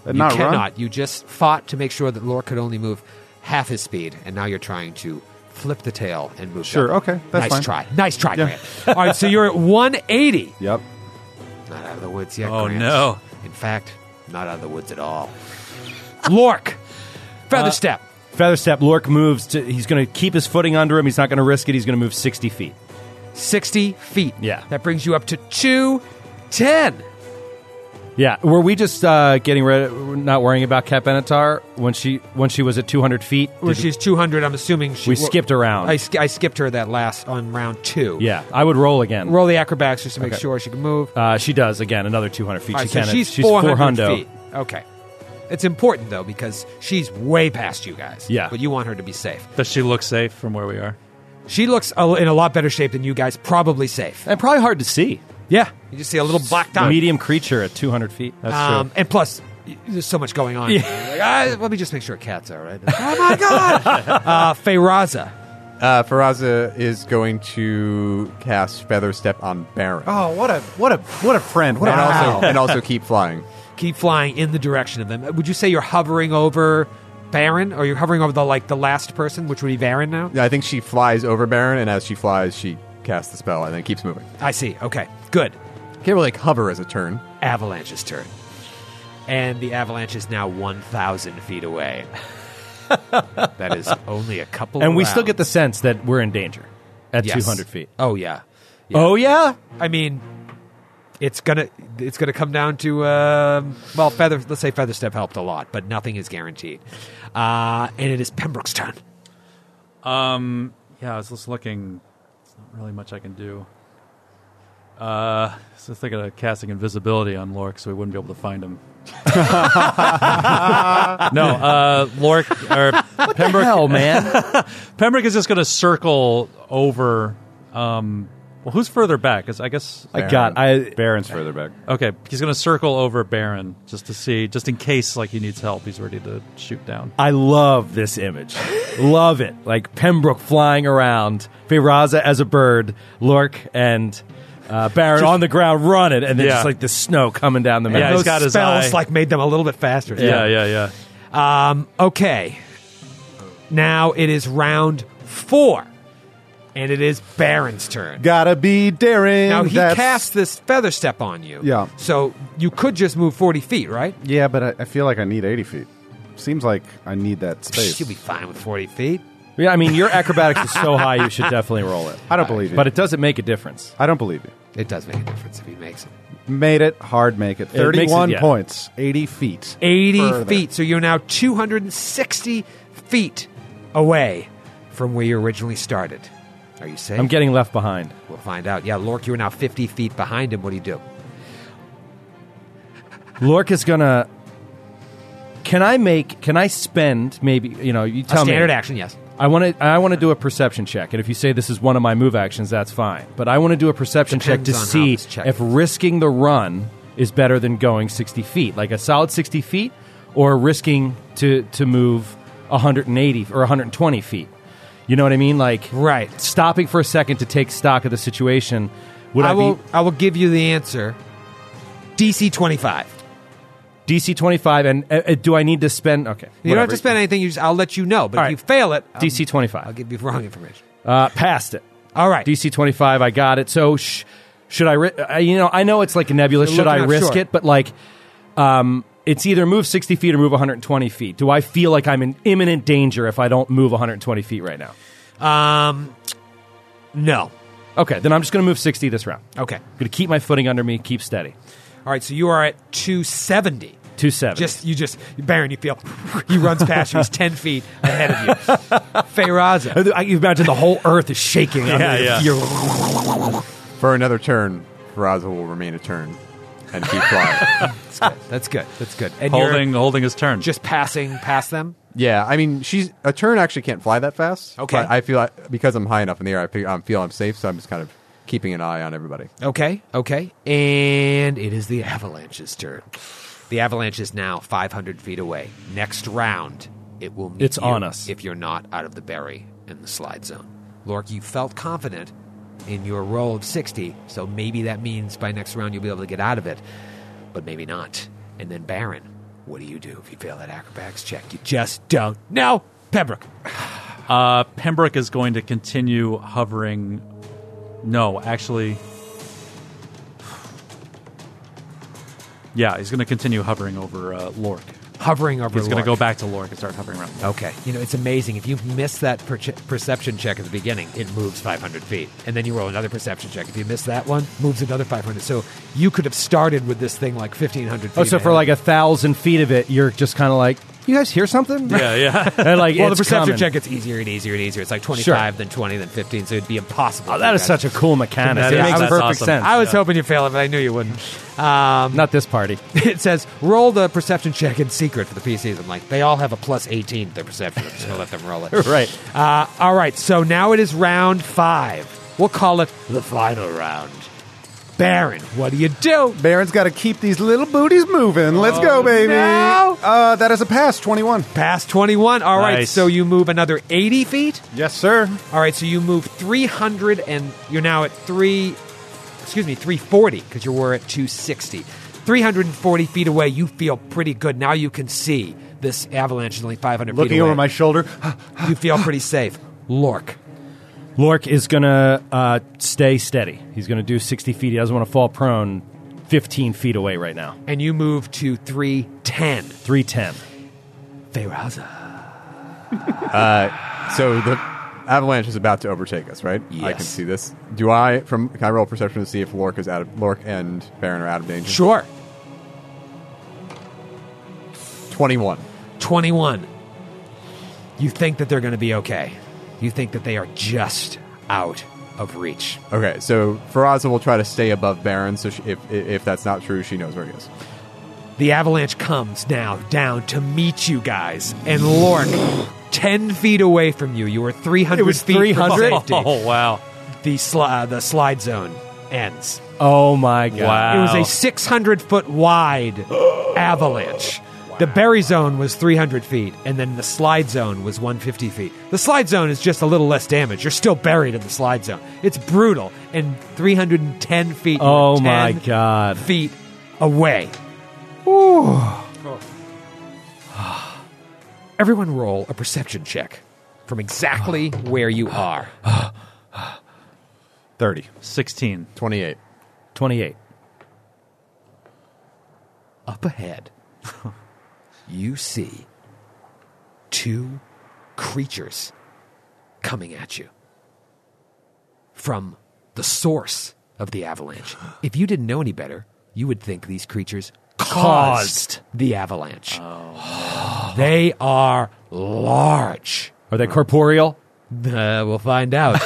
And You not cannot. run? You just fought to make sure that Lore could only move half his speed, and now you're trying to flip the tail and move. Sure, double. okay, that's nice fine. try. Nice try, Grant. All right, so you're at 180. Yep. Not out of the woods yet. Oh, Grant. no. In fact, not out of the woods at all. Uh, Lork, feather step. Feather step. Lork moves. To, he's going to keep his footing under him. He's not going to risk it. He's going to move 60 feet. 60 feet. Yeah. That brings you up to 210. Yeah. Were we just uh, getting rid not worrying about Kat Benatar when she when she was at 200 feet? Well, Did- she's 200. I'm assuming she. We skipped around. I, sk- I skipped her that last on round two. yeah. I would roll again. Roll the acrobatics just to make Okay. sure she can move. Uh, she does again. Another 200 feet. All she right, can. so she's, she's 400 400. feet. Okay. It's important, though, because she's way past you guys. Yeah. But you want her to be safe. Does she look safe from where we are? She looks a, in a lot better shape than you guys, probably safe. And probably hard to see. Yeah. You just see a little black dot. Medium creature at 200 feet. That's Um, and plus, y- there's so much going on. Like, ah, let me just make sure Cat's all right. oh my god! uh, Feyraza. Uh, Faraza is going to cast Feather Step on Baron. Oh, what a what a what a friend. What and, a also, and also keep flying. keep flying in the direction of them. Uh, Would you say you're hovering over Baron, or you're hovering over the like the last person, which would be Baron now? Yeah, I think she flies over Baron, and as she flies, she casts the spell and then keeps moving. I see. Okay, good. Can't really like, hover as a turn. Avalanche's turn, and the avalanche is now one thousand feet away. that is only a couple. And we rounds. still get the sense that we're in danger at Yes. 200 feet. Oh yeah. Yeah. Oh yeah, I mean, it's gonna it's gonna come down to um, well, feather. Let's say feather step helped a lot, but nothing is guaranteed. Uh, and it is Pembroke's turn. Yeah, I was just looking. There's not really much I can do. Uh, so I was thinking of casting invisibility on Lork so we wouldn't be able to find him. no, uh, Lork or Pembroke. hell man. Pembroke is just going to circle over. Um, well, who's further back? Is I guess I got. I Baron's further back. okay. He's going to circle over Baron just to see, just in case like he needs help. He's ready to shoot down. I love this image. love it. Like Pembroke flying around, Firaza as a bird, Lork and uh, Baron on the ground running, and then Yeah. just like the snow coming down the Yeah, mountain. he's Those got his spells eye. like made them a little bit faster. Yeah, yeah, yeah. Um, okay. Now it is round four, and it is Baron's turn. Gotta be daring. now he That's- cast this feather step on you. Yeah. So you could just move forty feet, right? Yeah, but I, I feel like I need 80 feet. Seems like I need that space. You'll be fine with forty feet. Yeah, I mean your acrobatics is so high, you should definitely roll it. I don't believe you. But it doesn't make a difference. I don't believe you. It does make a difference if he makes it. Made it, hard make it. It makes it, 31 yeah. points, 80 feet. 80 Further. feet. So you're now 260 feet away from where you originally started. Are you safe? I'm getting left behind. we'll find out. Yeah, Lork, you are now 50 feet behind him. What do you do? Lork is gonna. Can I make? Can I spend maybe? You know, you A tell me. standard action, yes. I want to. I want to do a perception check, and if you say this is one of my move actions, that's fine. But I want to do a perception Depends check on to how see this check if is. risking the run is better than going sixty feet, like a solid sixty feet, or risking to to move one hundred and eighty or one hundred and twenty feet. You know what I mean? Like Right. stopping for a second to take stock of the situation. Would I, I will. be I will give you the answer. DC twenty five. DC twenty five? And uh, uh, do I need to spend? Okay, You don't have to spend anything. You just, I'll let you know. But All if right. you fail it, I'll- DC twenty I'll five. give you wrong information. Uh, passed it. All right. DC 25, I got it. So sh- should I, ri- I, you know, I know it's like a nebula. You're Should I looking up risk short. it? But like, um, it's either move 60 feet or move 120 feet. Do I feel like I'm in imminent danger if I don't move 120 feet right now? Um, no. Okay, then I'm just going to move 60 this round. I'm Okay. going to keep my footing under me, keep steady. All right. So you are at two seventy. 270. Just you, just Baron. You feel he runs past you. He's ten feet ahead of you. Feyraza. I can imagine the whole earth is shaking. Yeah, yeah. You're, For another turn, Faraza will remain a turn and keep flying. That's good. That's good. And holding you're holding his turn. just passing past them. yeah, I mean, she's a turn actually can't fly that fast. Okay. but I feel I, because I'm high enough in the air, I feel, I feel I'm safe, so I'm just kind of keeping an eye on everybody. Okay, okay. And it is the avalanche's turn. The avalanche is now 500 feet away. Next round, it will meet It's you on us. if you're not out of the berry in the slide zone. Lork, you felt confident in your roll of 60, so maybe that means by next round you'll be able to get out of it, but maybe not. And then Baron, what do you do if you fail that acrobatics check? You just don't know. Pembroke. Uh, Pembroke is going to continue hovering. No, actually. Yeah, he's going to continue hovering over uh, Lork. Hovering over He's going to Lork. go back to Lork and start hovering around. Okay. You know, it's amazing. If you miss that perce- perception check at the beginning, it moves 500 feet. And then you roll another perception check. If you miss that one, moves another 500. So you could have started with this thing like 1,500 feet. oh, so for ahead. like a thousand feet of it, you're just kind of like, you guys hear something? Yeah, yeah. And like, Well, the it's perception coming. check gets easier and easier and easier. It's like 25, then 20, then 15. So it'd be impossible. Oh, that is such a cool mechanic. That It is- makes that's perfect awesome. sense. I was hoping you'd fail it, but I knew you wouldn't. Um, Not this party. it says roll the perception check in secret for the PCs. I'm like, they all have a plus 18 to their perception. I'm just going to let them roll it. Right. Uh, all right, so now it is round five. We'll call it the final round. Baron, what do you do? Baron's got to keep these little booties moving. Let's go, baby. no. Uh, that is a pass, 21. Past 21. All right, Nice. so you move another 80 feet. Yes, sir. All right, so you move 300, and you're now at three, excuse me, 340, because you were at 260. 340 feet away, you feel pretty good. Now you can see this avalanche is only 500 feet Looking away. over my shoulder. you feel pretty safe. Lork. Lork is going to uh, stay steady. He's going to do 60 feet. He doesn't want to fall prone 15 feet away right now. And you move to 310. 310. Feyraza. So the avalanche is about to overtake us, right? I Yes. can see this. Do I? From can I roll perception to see if Lork is out of Lork and Baron are out of danger? Sure. Twenty-one. 21. You think that they're going to be okay. You think that they are just out of reach. Okay, so Faraza will try to stay above Baron. So she, if if that's not true, she knows where he is. The avalanche comes now down to meet you guys. And Lork, 10 feet away from you, you were 300 feet 300? from safety. Oh, wow. The, sli- uh, the slide zone ends. Oh my God. Wow. It was a 600 foot wide avalanche. The berry zone was 300 feet, and then the slide zone was 150 feet. The slide zone is just a little less damage. You're still buried in the slide zone. It's brutal, and 310 feet. you were Oh my 10 God. Feet away. Everyone, roll a perception check from exactly where you are. 30. 16. Twenty-eight. 28. up ahead, you see two creatures coming at you from the source of the avalanche. If you didn't know any better, you would think these creatures caused, Caused. the avalanche. They are large. Are they corporeal? Uh, we'll find out.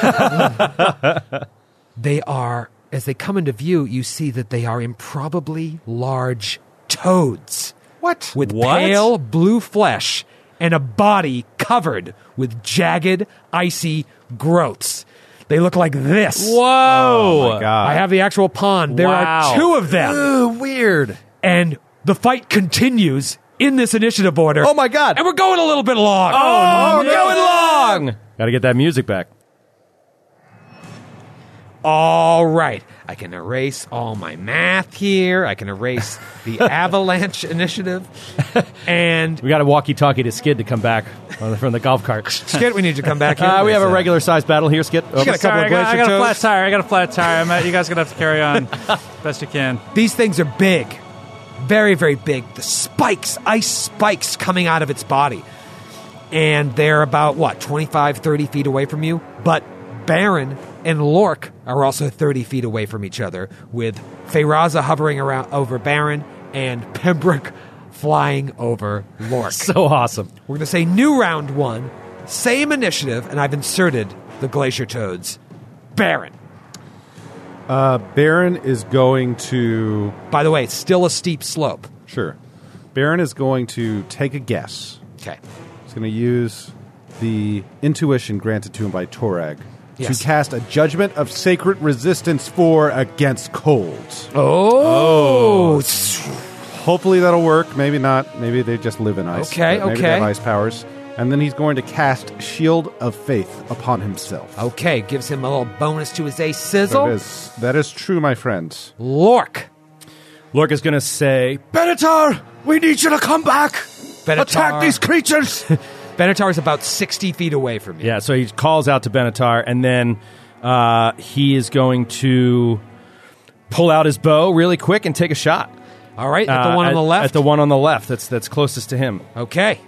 they are, as they come into view, you see that they are improbably large toads. What? With What? pale blue flesh and a body covered with jagged, icy growths. They look like this. Whoa! God. I have the actual pawn. There Wow. are two of them. weird. And the fight continues in this initiative order. Oh, my God. And we're going a little bit long. oh, going long. Got to get that music back. All right. I can erase all my math here. I can erase the avalanche initiative. And We got a walkie-talkie to Skid to come back on the- from the golf cart. Skid, we need you to come back here. Uh, we have a There's regular sized battle here, Skid. Oh, got a couple Sorry, of I got, I glacier got a flat toes. tire. I got a flat tire. I'm, uh, you guys are gonna have to carry on best you can. These things are big. Very, very big. The spikes, ice spikes coming out of its body. And they're about, what, 25, 30 feet away from you? But Baron and Lork are also 30 feet away from each other, with Feyraza hovering around over Baron and Pembroke flying over Lork. so awesome. We're going to say new round one, same initiative, and I've inserted the Glacier Toads. Baron. Baron is going to By the way, it's still a steep slope. sure. Baron is going to take a guess. Okay. He's going to use the intuition granted to him by Torag Yes. to cast a judgment of sacred resistance for against cold. Oh. Hopefully that'll work. Maybe not. Maybe they just live in ice. Okay, But maybe okay. They have ice powers. And then he's going to cast Shield of Faith upon himself. Okay, gives him a little bonus to his ace That sizzle. is, that is true, my friends. Lork. Lorca's going to say, Benatar, we need you to come back. Benatar. Attack these creatures. Benatar is about 60 feet away from you. yeah, so he calls out to Benatar, and then uh, he is going to pull out his bow really quick and take a shot. All right, at the Uh, one on the left. At the one on the left that's, that's closest to him. Okay.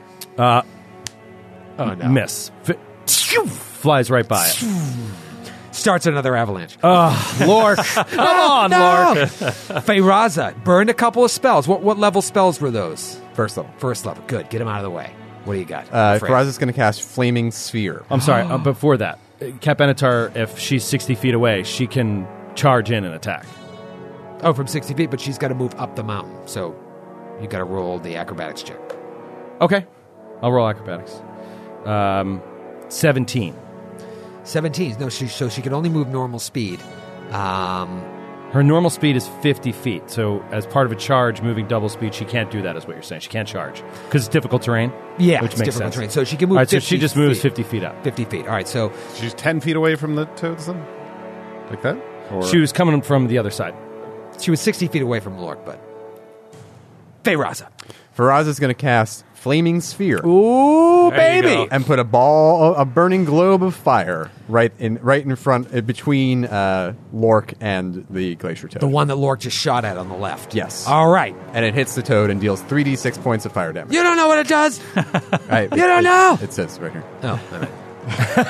Miss. F- flies right by it. Starts another avalanche. Lork. Come on, no! Lork. Feyraza burned a couple of spells. What what level spells were those? First level. First level. Good. Get him out of the way. What do you got? Uh, Afraid. Peraza's going to cast Flaming Sphere. I'm sorry, uh, before that, uh, Kat Benatar, if she's 60 feet away, she can charge in and attack. Oh, from 60 feet, but she's got to move up the mountain. So you got to roll the acrobatics check. Okay. I'll roll acrobatics. Um, 17. 17. No, she, so she can only move normal speed. Um, Her normal speed is 50 feet, so as part of a charge, moving double speed, she can't do that, is what you're saying. She can't charge because it's difficult terrain. yeah, which it's makes difficult sense. terrain. So she can All move right, so 50 she just moves feet. 50 feet up. 50 feet. All right, so She's 10 feet away from the toads, then? Like that? Or She was coming from the other side. she was 60 feet away from Lork, but. Feyraza. Feraza's going to cast Flaming Sphere Ooh, There you go. and put a ball, a burning globe of fire, right in right in front uh, between uh, Lork and the Glacier Toad. The one that Lork just shot at on the left. Yes. All right. and it hits the toad and deals 3d6 points of fire damage. You don't know what it does? I- you don't it- know! It says right here. oh, all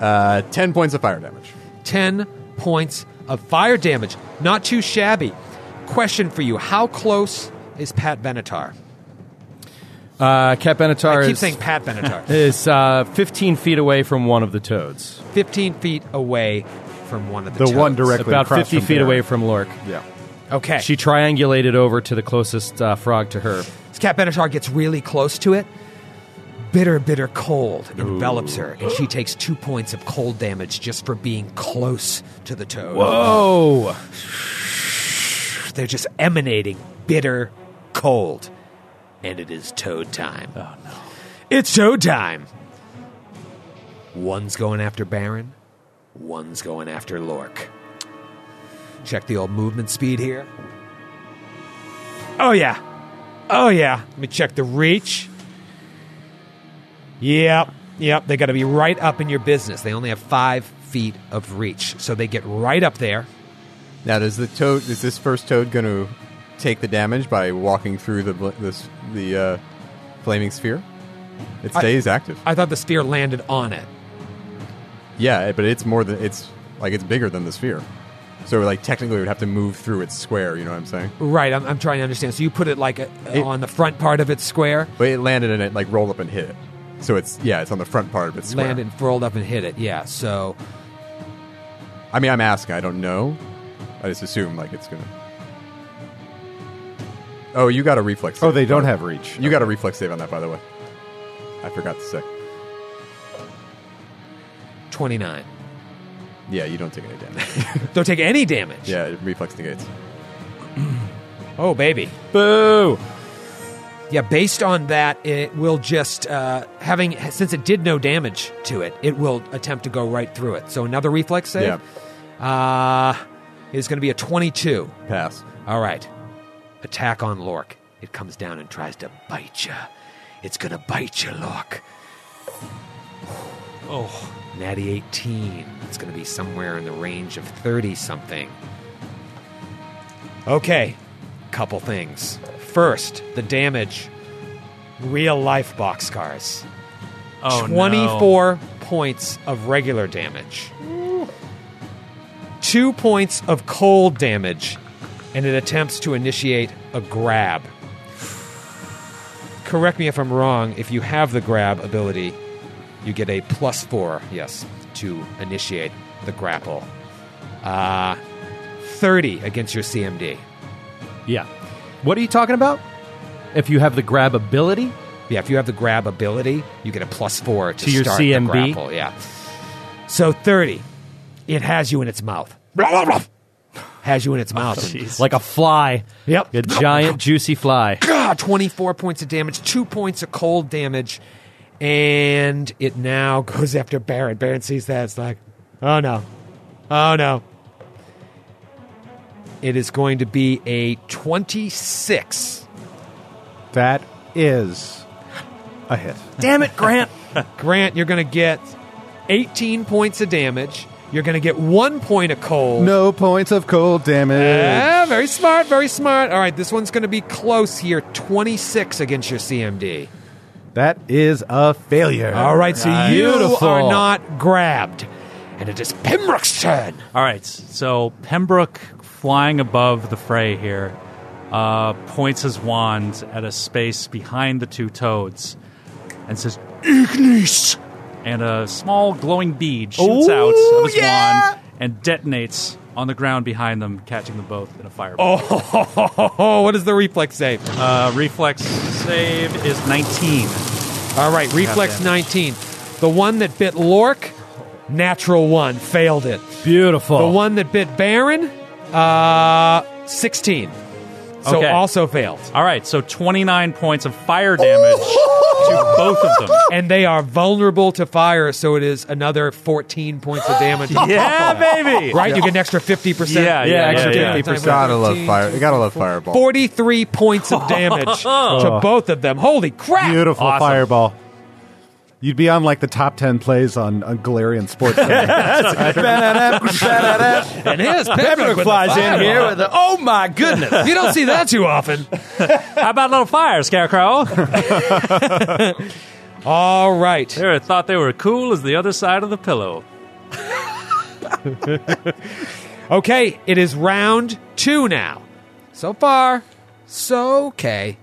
right. Uh, 10 points of fire damage. 10 points of fire damage. Not too shabby. Question for you How close is Pat Benatar? Uh, Kat I Benatar keep is, saying Pat Benatar. is uh, 15 feet away from one of the toads. 15 feet away from one of the the toads. one directly About across 50 from feet Baron. away from Lork. Yeah. Okay. She triangulated over to the closest uh, frog to her. Cat Benatar gets really close to it. Bitter, bitter cold envelops her, and she takes two points of cold damage just for being close to the toad. Oh, They're just emanating bitter cold. And it is toad time. Oh, no. It's toad time. One's going after Baron, one's going after Lork. Check the old movement speed here. Oh, yeah. Oh, yeah. Let me check the reach. Yep. Yep. They got to be right up in your business. They only have five feet of reach. So they get right up there. Now, does the toad? Is this first toad going to take the damage by walking through the bl- this the uh, flaming sphere? It stays active. I thought the spear landed on it. Yeah, but it's more than it's like it's bigger than the sphere. So like technically, it would have to move through its square. You know what I'm saying? Right, I'm, I'm trying to understand. So you put it like a, It- on the front part of its square, But it landed and it like rolled up and hit it. So it's yeah, it's on the front part of its square. landed, rolled up, and hit it. Yeah. So I mean, I'm asking. I don't know. I just assume like it's gonna. Oh, you got a reflex. Oh, save. they don't have reach. You got a reflex save on that, by the way. I forgot to say. 29. Yeah, you don't take any damage. Don't take any damage. yeah, it reflex negates. Oh, baby. Boo! Yeah, based on that, it will just uh, having since it did no damage to it, it will attempt to go right through it. So another reflex save uh, is going to be a twenty-two. Pass. All right, attack on Lork. It comes down and tries to bite you. It's going to bite you, Lork. Oh, natty eighteen. It's going to be somewhere in the range of thirty something. Okay, couple things. First, the damage. Real life boxcars. Oh, no. 24 points of regular damage, 2 points of cold damage, and it attempts to initiate a grab. Correct me if I'm wrong, if you have the grab ability, you get a plus 4, yes, to initiate the grapple. Uh, 30 against your CMD. Yeah. What are you talking about? If you have the grab ability, Yeah, if you have the grab ability, you get a plus four to, To your start CMB? the grapple. Yeah. So thirty, it has you in its mouth. Has you in its mouth. like a fly. Yep. A giant, juicy fly. God, twenty-four points of damage, two points of cold damage, and it now goes after Baron. Baron sees that it's like, oh no, oh no. It is going to be a twenty-six. That is a hit. Damn it, Grant. Grant, you're going to get 18 points of damage. You're going to get one point of cold. No points of cold damage. Yeah, very smart, very smart. All right, this one's going to be close here. 26 against your CMD. That is a failure. All right, so Nice. Ah, you Beautiful. are not grabbed. And it is Pembroke's turn. All right, so Pembroke flying above the fray here uh, points his wand at a space behind the two toads and says, Ignis! And a small glowing bead shoots out of his wand and detonates on the ground behind them, catching them both in a fireball. Oh, what is the reflex save? Uh, reflex save is 19. All right, reflex damn it. 19. The one that bit Lork, natural one, failed it. Beautiful. The one that bit Baron, uh, 16. So Okay. also failed. All right, so 29 points of fire damage to both of them. and they are vulnerable to fire, so it is another 14 points of damage. Yeah, baby! Right? You get an extra 50%. Yeah, yeah, yeah, extra yeah. 50%. Gotta love fire. You gotta love fireball. 43 points of damage to both of them. Holy crap! Beautiful Awesome. fireball. You'd be on like the top 10 plays on, on Galarian Sports. And his Pembroke flies in here with the, oh my goodness. you don't see that too often. How about a little fire, Scarecrow? All right. They were- thought they were cool as the other side of the pillow. Okay, it is round two now. So far, so okay.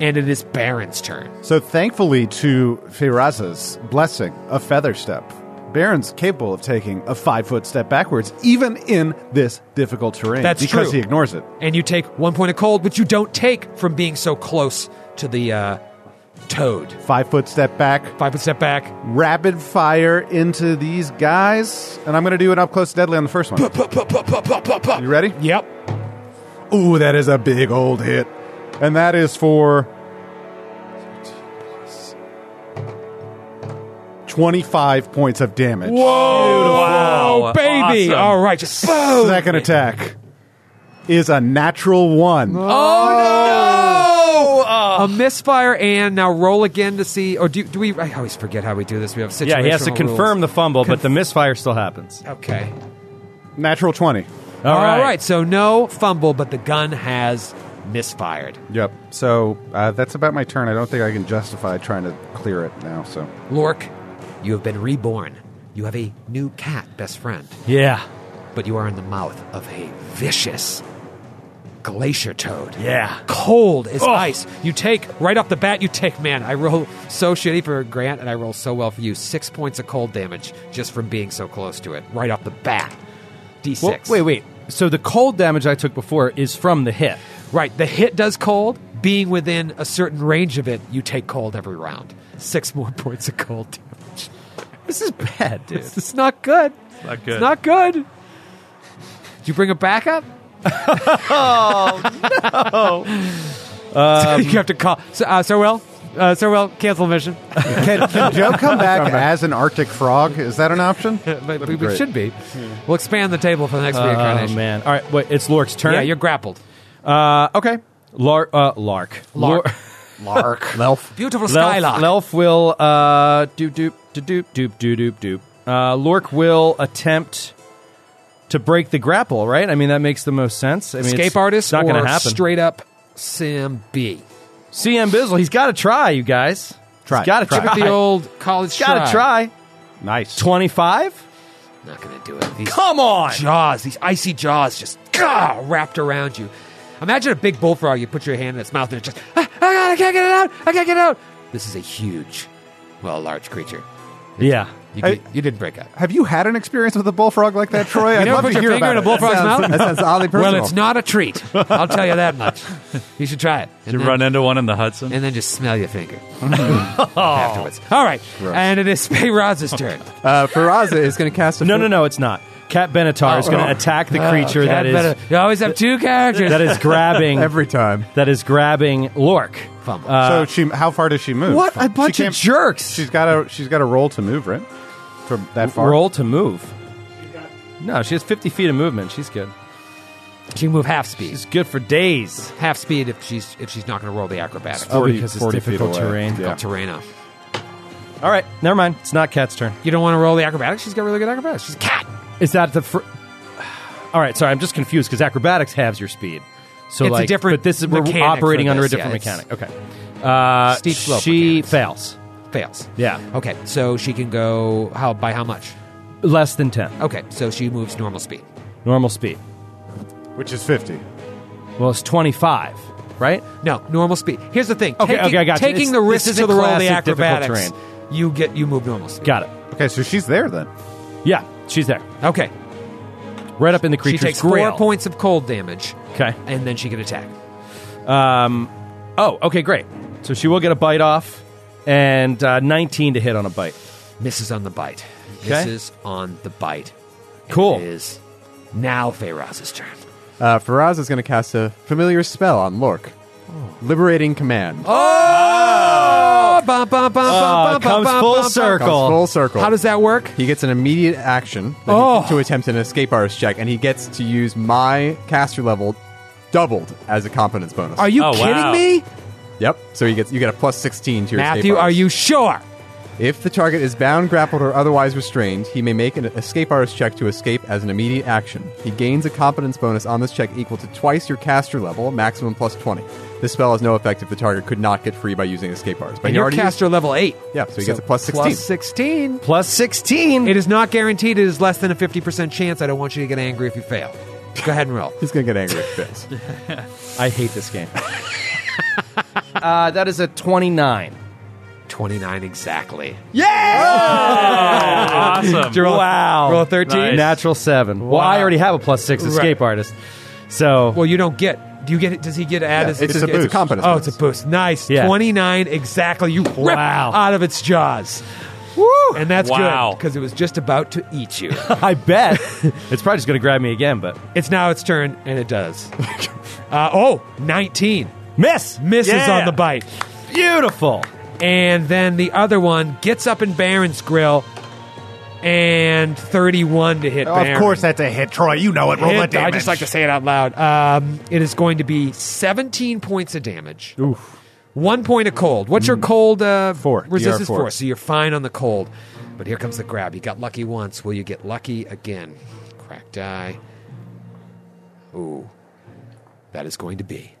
And it is Baron's turn. so, thankfully, to Firaza's blessing, a feather step, Baron's capable of taking a five foot step backwards, even in this difficult terrain. That's because true. he ignores it. and you take one point of cold, which you don't take from being so close to the uh, toad. Five foot step back, Five foot step back. rapid fire into these guys, and I'm going to do an up close deadly on the first one. You ready? Yep. Ooh, that is a big old hit. And that is for 25 points of damage. Oh, Wow, baby. awesome. All right. Just boom. Second attack is a natural one. Oh, Oh. A misfire, and now roll again to see. Or do, do we? I always forget how we do this. We have situational yeah, he has to confirm the fumble, but the misfire still happens. the. Okay. Natural 20. All right. So no fumble, but the gun has misfired. Yep. So uh, that's about my turn. I don't think I can justify trying to clear it now. So Lork, you have been reborn. You have a new cat best friend. Yeah. but you are in the mouth of a vicious glacier toad. Yeah. Cold as ice. You take, right off the bat, you take, man, I roll so shitty for Grant and I roll so well for you. Six points of cold damage just from being so close to it, right off the bat. D6. Well, wait, wait. So the cold damage I took before is from the hit. Right, the hit does cold, being within a certain range of it, you take cold every round. Six more points of cold damage. This is bad, dude. This is not good. Not It's good. not good. Did you bring a backup? oh no! you have to call. So, uh, Sarwell, uh, Sarwell, cancel mission. Can, can Joe come back as an Arctic frog? Is that an option? but we, we should be. We'll expand the table for the next Oh reincarnation. man! All right, wait. It's Lork's turn. Yeah, you're grappled. Uh, okay. Lar- uh, Lark. Lark. Lor- Lark. Lelf. Beautiful Lelf, skylark. Lelf will uh, doop doop doop doop doop doop doop. Uh, Lork will attempt to break the grapple. Right? I mean, that makes the most sense. I mean, Escape it's, artist It's not or to happen. straight up Sim B. CM Bizzle. He's got to try, you guys. Try, He's got to try. try. The old college got to try. Nice. Twenty five. Not gonna do it. These Come on. jaws, these icy jaws, just gah, wrapped around you. Imagine a big bullfrog. You put your hand in its mouth and it just ah, oh God, I can't get it out. I can't get it out. This is a huge, well, large creature. Yeah. You, Hey. did, you didn't break out. Have you had an experience with a bullfrog like that, Troy? I'd never love put to your hear finger about in a it. bullfrog's That sounds- mouth? That sounds oddly personal. Well, it's not a treat. I'll tell you that much. You should try it. And You then- run into one in the Hudson. and then just smell your finger afterwards. Oh. All right, and it is Feyraz's turn. Uh, Faraza is going to cast a No, full- no, no. It's not. Cat Benatar is going to attack the creature Oh, that God, is better- You always have two characters. that is grabbing every time. that is grabbing Lork. Fumble. Uh, so she, how far does she move? Uh, What a She bunch of can't- jerks! She's got a she's got a roll to move, right? From that far. roll to move. No, she has 50 feet of movement. She's good. she can move half speed. She's good for days. half speed if she's if she's not going to roll the acrobatics. Oh, 40 because it's 40 feet difficult away. terrain. Yeah. Terreno. All right, never mind. It's not Cat's turn. You don't want to roll the acrobatics. She's got really good acrobatics. She's a cat. Is that the? Fr- All right, sorry, I'm just confused because acrobatics halves your speed. So It's a like, different but this is we're mechanic operating for under a this, yeah, different it's- mechanic. Okay. Uh, Steep slope she mechanics. fails. Fails. Yeah. Okay, so she can go how by how much? Less than 10. Okay, so she moves normal speed. Normal speed. Which is 50. Well, it's 25, right? No, normal speed. Here's the thing. Okay, taking, okay, I got you. Taking It's- the this risk to isn't the roll of the classic difficult acrobatics, you get you move normal speed. Got it. Okay, so she's there then. Yeah, she's there. Okay, Right up in the creature's she takes grail. four points of cold damage, Okay. and then she can attack. Oh, okay, great. So she will get a bite off, and uh, 19 to hit on a bite. Misses on the bite. Okay. Misses on the bite. Cool. It is now Feyraz's turn. Uh, Faraz is going to cast a familiar spell on Lork. Liberating Command. Oh, Oh, bum, bum, bum, Ah, bum, bum, comes bum, full bum, bum. circle. full circle. How does that work? He gets an immediate action that he- Oh. to attempt an escape artist check, and he gets to use my caster level doubled as a competence bonus. Are you Oh, kidding wow. me? Yep. So you get you get a plus sixteen to your escape Matthew, artist. are you sure? If the target is bound, grappled, or otherwise restrained, he may make an escape artist check to escape as an immediate action. He gains a competence bonus on this check equal to twice your caster level, maximum plus 20. This spell has no effect if the target could not get free by using escape artist. But And he your already caster level 8. Yeah, so he gets a plus 16. Plus 16. Plus 16. It is not guaranteed. It is less than a 50% chance. I don't want you to get angry if you fail. Go ahead and roll. He's going to get angry at this. I hate this game. uh, that is a 29. 29 exactly. awesome. wow. Roll a 13. Nice. Natural 7. Well, I already have a plus 6 escape artist. So, Well, you don't get. Do you get? Does he get added? it's, a, it's a competence Oh, bonus. it's a boost. Nice. Yeah. 29 exactly. You rip Wow. out of its jaws. Woo! And that's Wow. good because it was just about to eat you. I bet it's probably just going to grab me again, but It's now its turn, and it does. uh, oh, 19. miss. Misses Yeah. on the bite. Beautiful. And then the other one gets up in Baron's grill, and 31 to hit Baron. Of course, that's a hit, Troy. You know it. Roll that Hit- I damage. just like to say it out loud. Um, it is going to be 17 points of damage. Oof. One point of cold. What's your cold? Uh, Four. Resistance DR4. four. So you're fine on the cold. But here comes the grab. You got lucky once. Will you get lucky again? Crack die. Ooh. That is going to be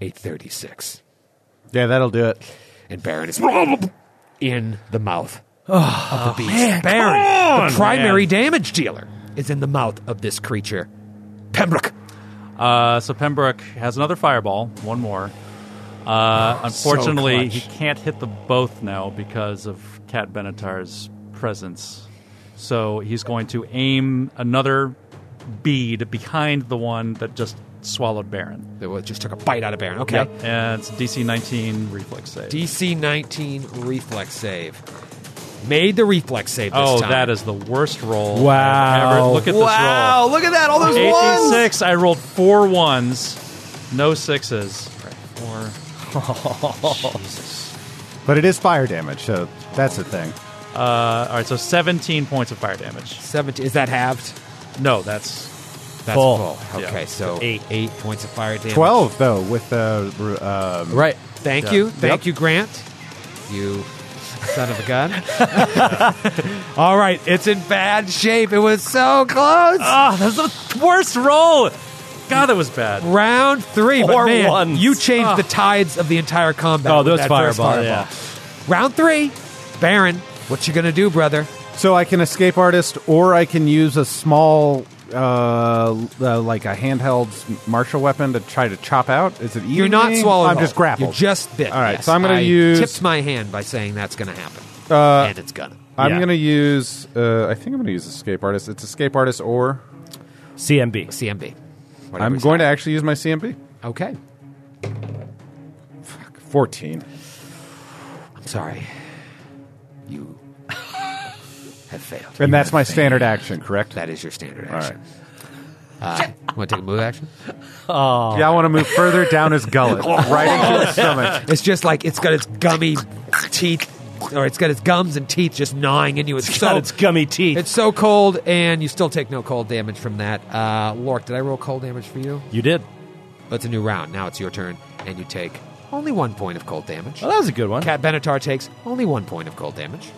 a 36. Yeah, that'll do it. And Baron is in the mouth of the beast. Baron, the primary damage dealer, is in the mouth of this creature. Pembroke. Uh, so Pembroke has another fireball, one more. Uh, unfortunately, clutch. he can't hit them both now because of Cat Benatar's presence. So he's going to aim another bead behind the one that just swallowed Baron. It was- just took a bite out of Baron. Okay. And it's DC 19 reflex save. DC 19 reflex save. Made the reflex save this oh, time. that is the worst roll. Wow. I've ever- Look at this Wow, roll. look at that. All those 18 ones. six. I rolled four ones, no sixes. Four. Jesus. But it is fire damage, so that's the thing. Uh, all right, so 17 points of fire damage. 17. Is that halved? No, that's That's Full. full. Yeah. Okay, so Eight. eight points of fire damage. 12, though, with the. Uh, um, Right. Thank you. Thank you, Grant. You son of a gun. All right, it's in bad shape. It was so close. ah, that's the worst roll. God, that was bad. Round three, but Four man, ones. you Ah. changed the tides of the entire combat. Oh, with those that first fireball, fireball. yeah. Round three, Baron. What you gonna do, brother? So I can escape artist, or I can use a small, uh, uh, like a handheld martial weapon to try to chop out. Is it easy? You're not swallowed. I'm whole. just grappled. You're just bit. All right, yes. so I'm gonna I use- Uh, tipped my hand by saying that's gonna happen, and it's gonna. I'm Yeah. gonna use. Uh, I think I'm gonna use escape artist. It's escape artist, or CMB. CMB. Whatever I'm it's going to actually use my CMP. called. Okay. Fourteen. I'm sorry. You have failed. And that's my standard action, correct? That is your standard All action. right. Want to take a move action? Yeah, I want to move further down his gullet, right into his stomach. It's just like it's got its gummy teeth, or it's got its gums and teeth just gnawing in you. It's, so God, it's gummy teeth. it's so cold, and you still take no cold damage from that. Uh, Lork, did I roll cold damage for you? you did. It's a new round. Now it's your turn, and you take only one point of cold damage. Well, that was a good one. Cat Benatar takes only one point of cold damage.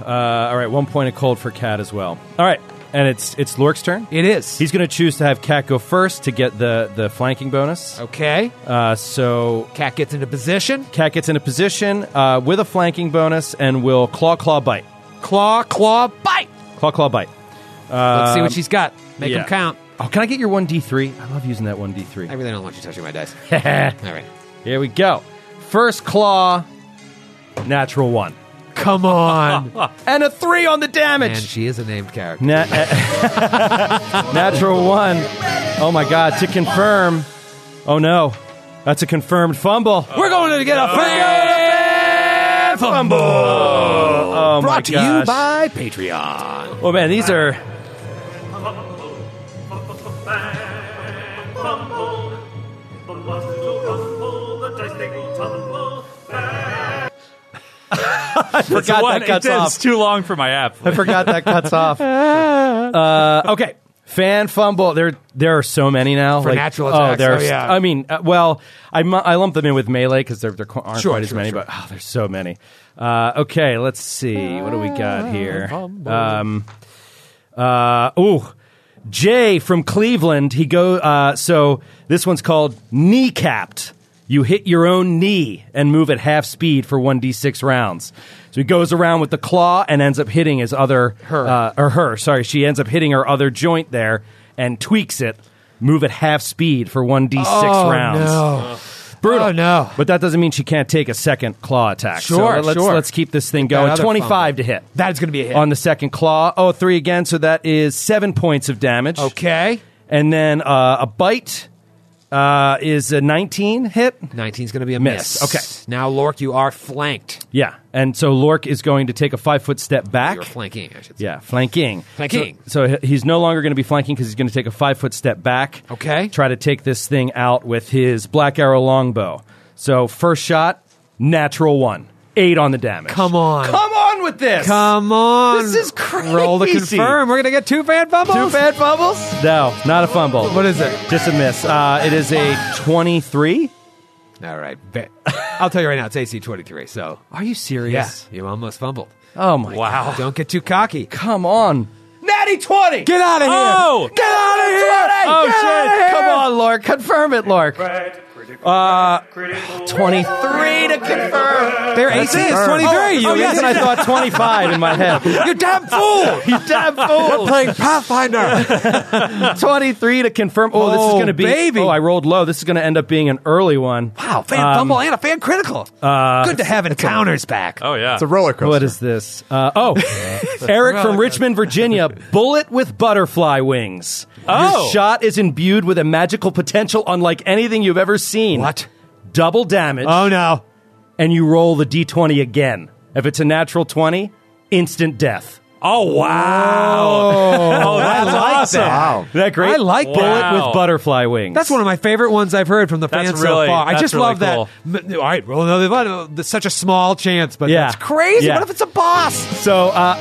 Uh, all right, one point of cold for Cat as well. All right, and it's it's Lork's turn. It is He's going to choose to have Cat go first to get the the flanking bonus. okay. Uh, so Cat gets into position. Cat gets in a position uh, with a flanking bonus and will claw claw bite. Claw, claw, bite. Claw claw bite. Let's see what she's got. Make Um, yeah. them count. Oh, can I get your one d three? I love using that one d three. I really don't want you touching my dice. All right. Here we go. First claw, natural one, Ah, Come on. and a three on the and damage. she is a named character. Na- natural one. Oh my god! To confirm. Oh no, that's a confirmed fumble. We're going to get a fan fumble. Oh my Brought to you gosh. by Patreon. Oh man, these are. It's Forgot one- that cuts it- off. It's too long for my app. I forgot that cuts off. Uh, okay. Fan fumble. There, there are so many now. For natural Oh, attacks, there's. oh, yeah. I mean, uh, well, I, mu- I lump them in with melee because there, there qu- aren't Sure, quite as sure, many, sure. but oh, there's so many. Uh, okay, let's see. What do we got here? Um, uh, ooh, Jay from Cleveland. He go. Uh, so this one's called knee capped. You hit your own knee and move at half speed for one d six rounds. So he goes around with the claw and ends up hitting his other Her. uh, or her. Sorry, she ends up hitting her other joint there and tweaks it. Move at half speed for one d six rounds. Oh, No. Brutal. Oh, no. But that doesn't mean she can't take a second claw attack. So Sure, let's, sure. Let's keep this thing that going. other Twenty five fumble. to hit That is going to be a hit. on the second claw. Oh, three again. So that is seven points of damage. okay. And then uh, a bite uh, is a 19 hit. 19 is going to be a Miss. miss. Okay. Now, Lork, you are flanked. Yeah. And so Lork is going to take a five foot step back. You're flanking, I should say. yeah, flanking. Flanking. So, so he- he's no longer going to be flanking because he's going to take a five foot step back. Okay. Try to take this thing out with his black arrow longbow. So first shot, natural one. Eight on the damage. Come on. Come on with this. Come on. This is crazy. Roll to confirm. We're going to get two fan fumbles. Two bad fumbles? No, not a fumble. What is it? Just a miss. Uh, it is a 23. All right. Ve- I'll tell you right now, it's AC 23. So, Are you serious? yes, you almost fumbled. Oh my wow. Don't get too cocky. Come on. Natty 20. Get out of here. Oh. Get out of here. Oh Get outta shit. here! Come on, Lark. Confirm it, Lark. Uh 23 to confirm. Their AC is 23. Oh, you oh, yes, and I thought 25 in my head. You damn fool! You damn fool. Playing Pathfinder. 23 to confirm. Oh, this is Oh, going to be baby. Oh, I rolled low. This is going to end up being an early one. Wow, fan Um, fumble and a fan critical. uh, Good to have encounters back. Oh yeah. It's a roller coaster. What is this? Uh, oh, Eric from Richmond, Virginia. Bullet with butterfly wings. Oh. Your shot is imbued with a magical potential unlike anything you've ever seen. What? Double damage. Oh no. And you roll the d20 again. If it's a natural 20, instant death. Oh wow! Oh, that's awesome. Isn't that great? I like Bullet that. Wow. with butterfly wings. That's one of my favorite ones I've heard from the That's fans really- so far. I that's just really love cool. that. M- All right, roll another one. Oh, that's Such a small chance, but Yeah. that's crazy. Yeah. What if it's a boss? So, uh,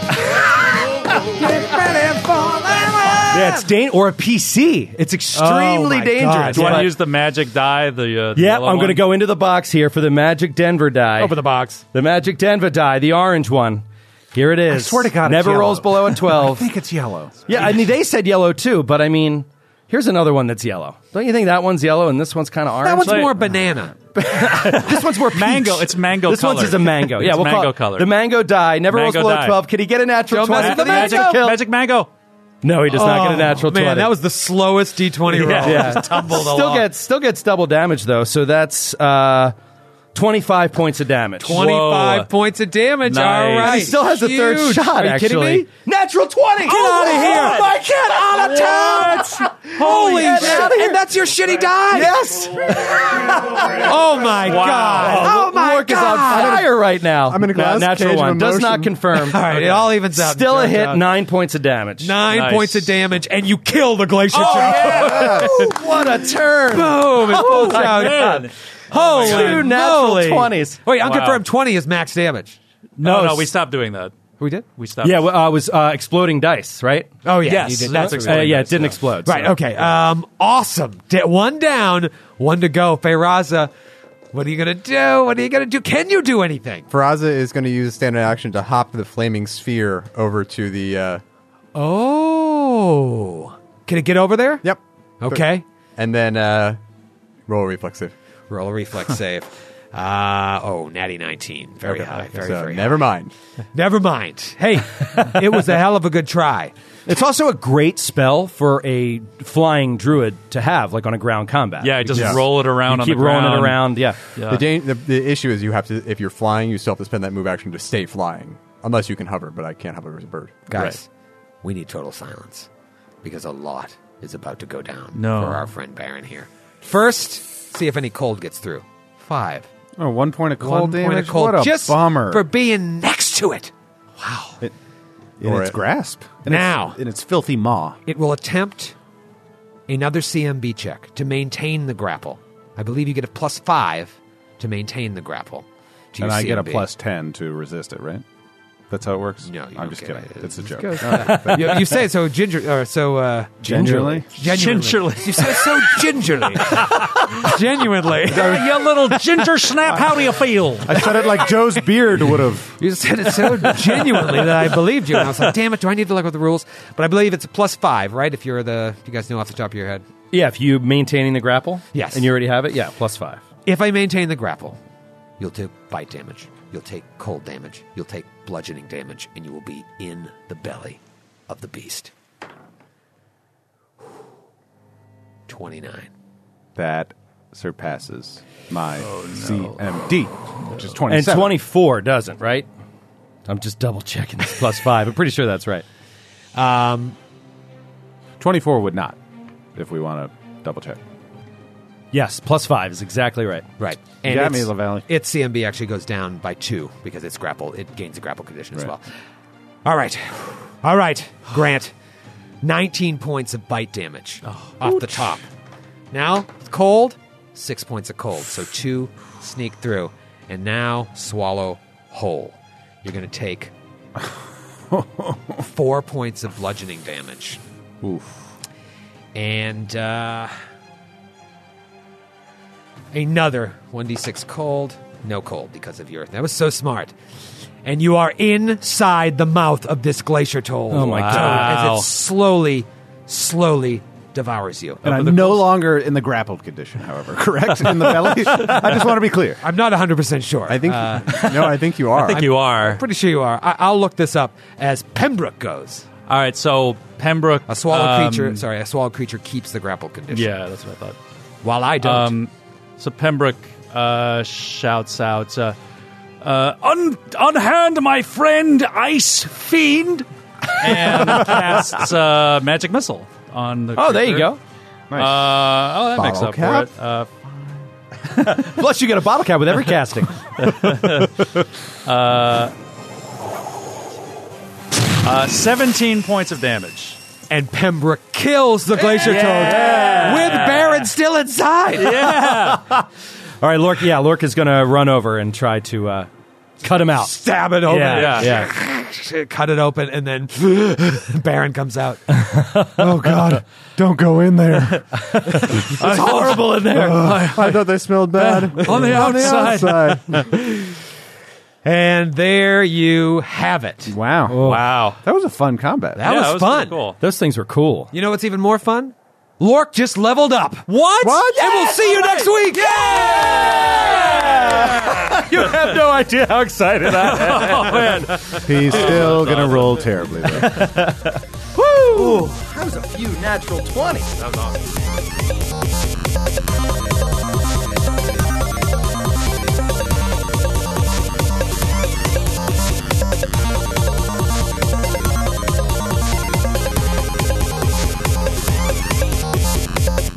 yeah, it's dan- or a PC. It's extremely my God, dangerous. Do you want but- to use the magic die? The uh, the Yep, yellow I'm going to one? go into the box here for the Magic Denver die. Open the box. The Magic Denver die, the orange one. Here it is. swear to God, it's never yellow. rolls below a twelve. I think it's yellow. yeah, I mean they said yellow too, but I mean, here's another one that's yellow. Don't you think that one's yellow and this one's kind of orange? That one's like- more banana. this one's more peach. Mango, it's mango This one's colored. is a mango. Yeah, It's we'll call mango it colored. The mango die never Mango rolls below die. twelve. Can he get a natural Don't mess with twenty? the Magic mango. kill. Magic mango. No, he does not get a natural Oh, man, twenty. that was the slowest D20 roll. yeah. Just tumbled still along. gets still gets double damage though. So that's uh, twenty five points of damage. 25 Whoa. points of damage. Nice. All right. He still has a third Huge. shot. Are you actually, kidding me? natural twenty. Get outta here. Oh my kid out of town. Holy Get shit. outta here. And that's your shitty die. Yes. Oh my God. Oh my Lork is on fire right now. I'm in a glass Natural cage of one does not emotion. confirm. All right. It all evens out. Still a Turns hit. out. Nine points of damage. Nine Nice. points of damage, and you kill the glacier Oh, shark. yeah. Ooh, what a turn. Oh Boom! It pulls my out. God. Holy Two natural moly. 20s. Wait, I'll Wow. confirm. Twenty is max damage. No, No, no, s- we stopped doing that. We did. We stopped. Yeah, well, uh, it was uh, exploding dice, right? Oh yeah. Yes, you did. that's Uh, exploding yeah, it dice, didn't yeah. explode. so- right. Okay. Um. Awesome. Da- one down. One to go. Feyraza, what are you gonna do? What are you gonna do? Can you do anything? Faraza is going to use a standard action to hop the flaming sphere over to the. Uh, Oh. Can it get over there? yep. Okay. And then uh, roll reflexive. Roll a reflex save. Uh, oh, natty 19. Very high. Very, so very never mind. high. Never mind. Hey, it was a hell of a good try. It's also a great spell for a flying druid to have, like on a ground combat. Yeah, just Yeah. roll it around. You on keep the rolling it ground. around. Yeah. The, dan- the, the issue is you have to, if you're flying, you still have to spend that move action to stay flying, unless you can hover. But I can't hover as a bird. Guys, we need total silence because a lot is about to go down No. for our friend Baron here. First, see if any cold gets through. Five. Oh, one point of cold One damage. point of cold What a just bummer! for being next to it. in Or its it- grasp. In Now. its, in its filthy maw. It will attempt another CMB check to maintain the grapple. I believe you get a plus five to maintain the grapple. To and your I get a CMB. plus ten to resist it, right? That's how it works. No, you I'm don't just get kidding. it. It's a joke. you, you say so ginger or so uh, Gingerly? genuinely. Gingerly. You say so gingerly, genuinely. you little ginger snap, how do you feel? I said it like Joe's beard would have. You said it so genuinely that I believed you, and I was like, "Damn it! Do I need to look at the rules?" But I believe it's a plus five, right? If you're the, you guys know off the top of your head. Yeah, if you maintaining the grapple. Yes. And you already have it. Yeah, plus five. If I maintain the grapple, You'll take bite damage. You'll take cold damage. You'll take bludgeoning damage, and you will be in the belly of the beast. 29. That surpasses my CMD, which is And twenty-seven. 24 doesn't, right? I'm just double checking this plus five. I'm pretty sure that's right. Twenty-four would not, if we want to double check. Yes, plus five is exactly right. right? You And got it's- me, LaValle. Its CMB actually goes down by two because it's grapple. It gains a grapple condition as well. All right, all right, Grant. Nineteen points of bite damage off the top. Now it's cold. Six points of cold. So two sneak through, and now swallow whole. You're going to take four points of bludgeoning damage. And uh, another 1d6 cold. No cold because of your. That was so smart. And you are inside the mouth of this glacier toll. Oh my Toll, God. As it slowly, slowly devours you. And I'm no longer in the grappled condition, however, correct? In the belly? I just want to be clear. I'm not 100% sure. I think. Uh, no, I think you are. I think you are. Pretty sure you are. I- I'll look this up as Pembroke goes. All right, so Pembroke. A swallowed um, creature, sorry, a swallowed creature keeps the grapple condition. Yeah, that's what I thought. While I don't. Um, so Pembroke uh, shouts out, uh, uh, Un- "Unhand my friend, ice fiend! and casts uh, magic missile on the. Oh, there you creature. go. Uh, oh, that makes up Bottle for it. Uh, Plus, you get a bottle cap with every casting. uh, Seventeen points of damage. And Pembroke kills the Glacier Toad with Baron still inside. All right, Lork. Yeah, Lork is going to run over and try to uh, cut him out. Stab it open. Yeah, Cut it open, and then Baron comes out. Oh God! Don't go in there. It's horrible in there. I thought they smelled bad. on the outside. outside. And there you have it. wow. Wow, That was a fun combat. That was, that was fun. pretty Cool. Those things were cool. You know what's even more fun? Lork just leveled up. What? And we'll see you next week. You have no idea how excited I am. He's still gonna roll terribly. Though.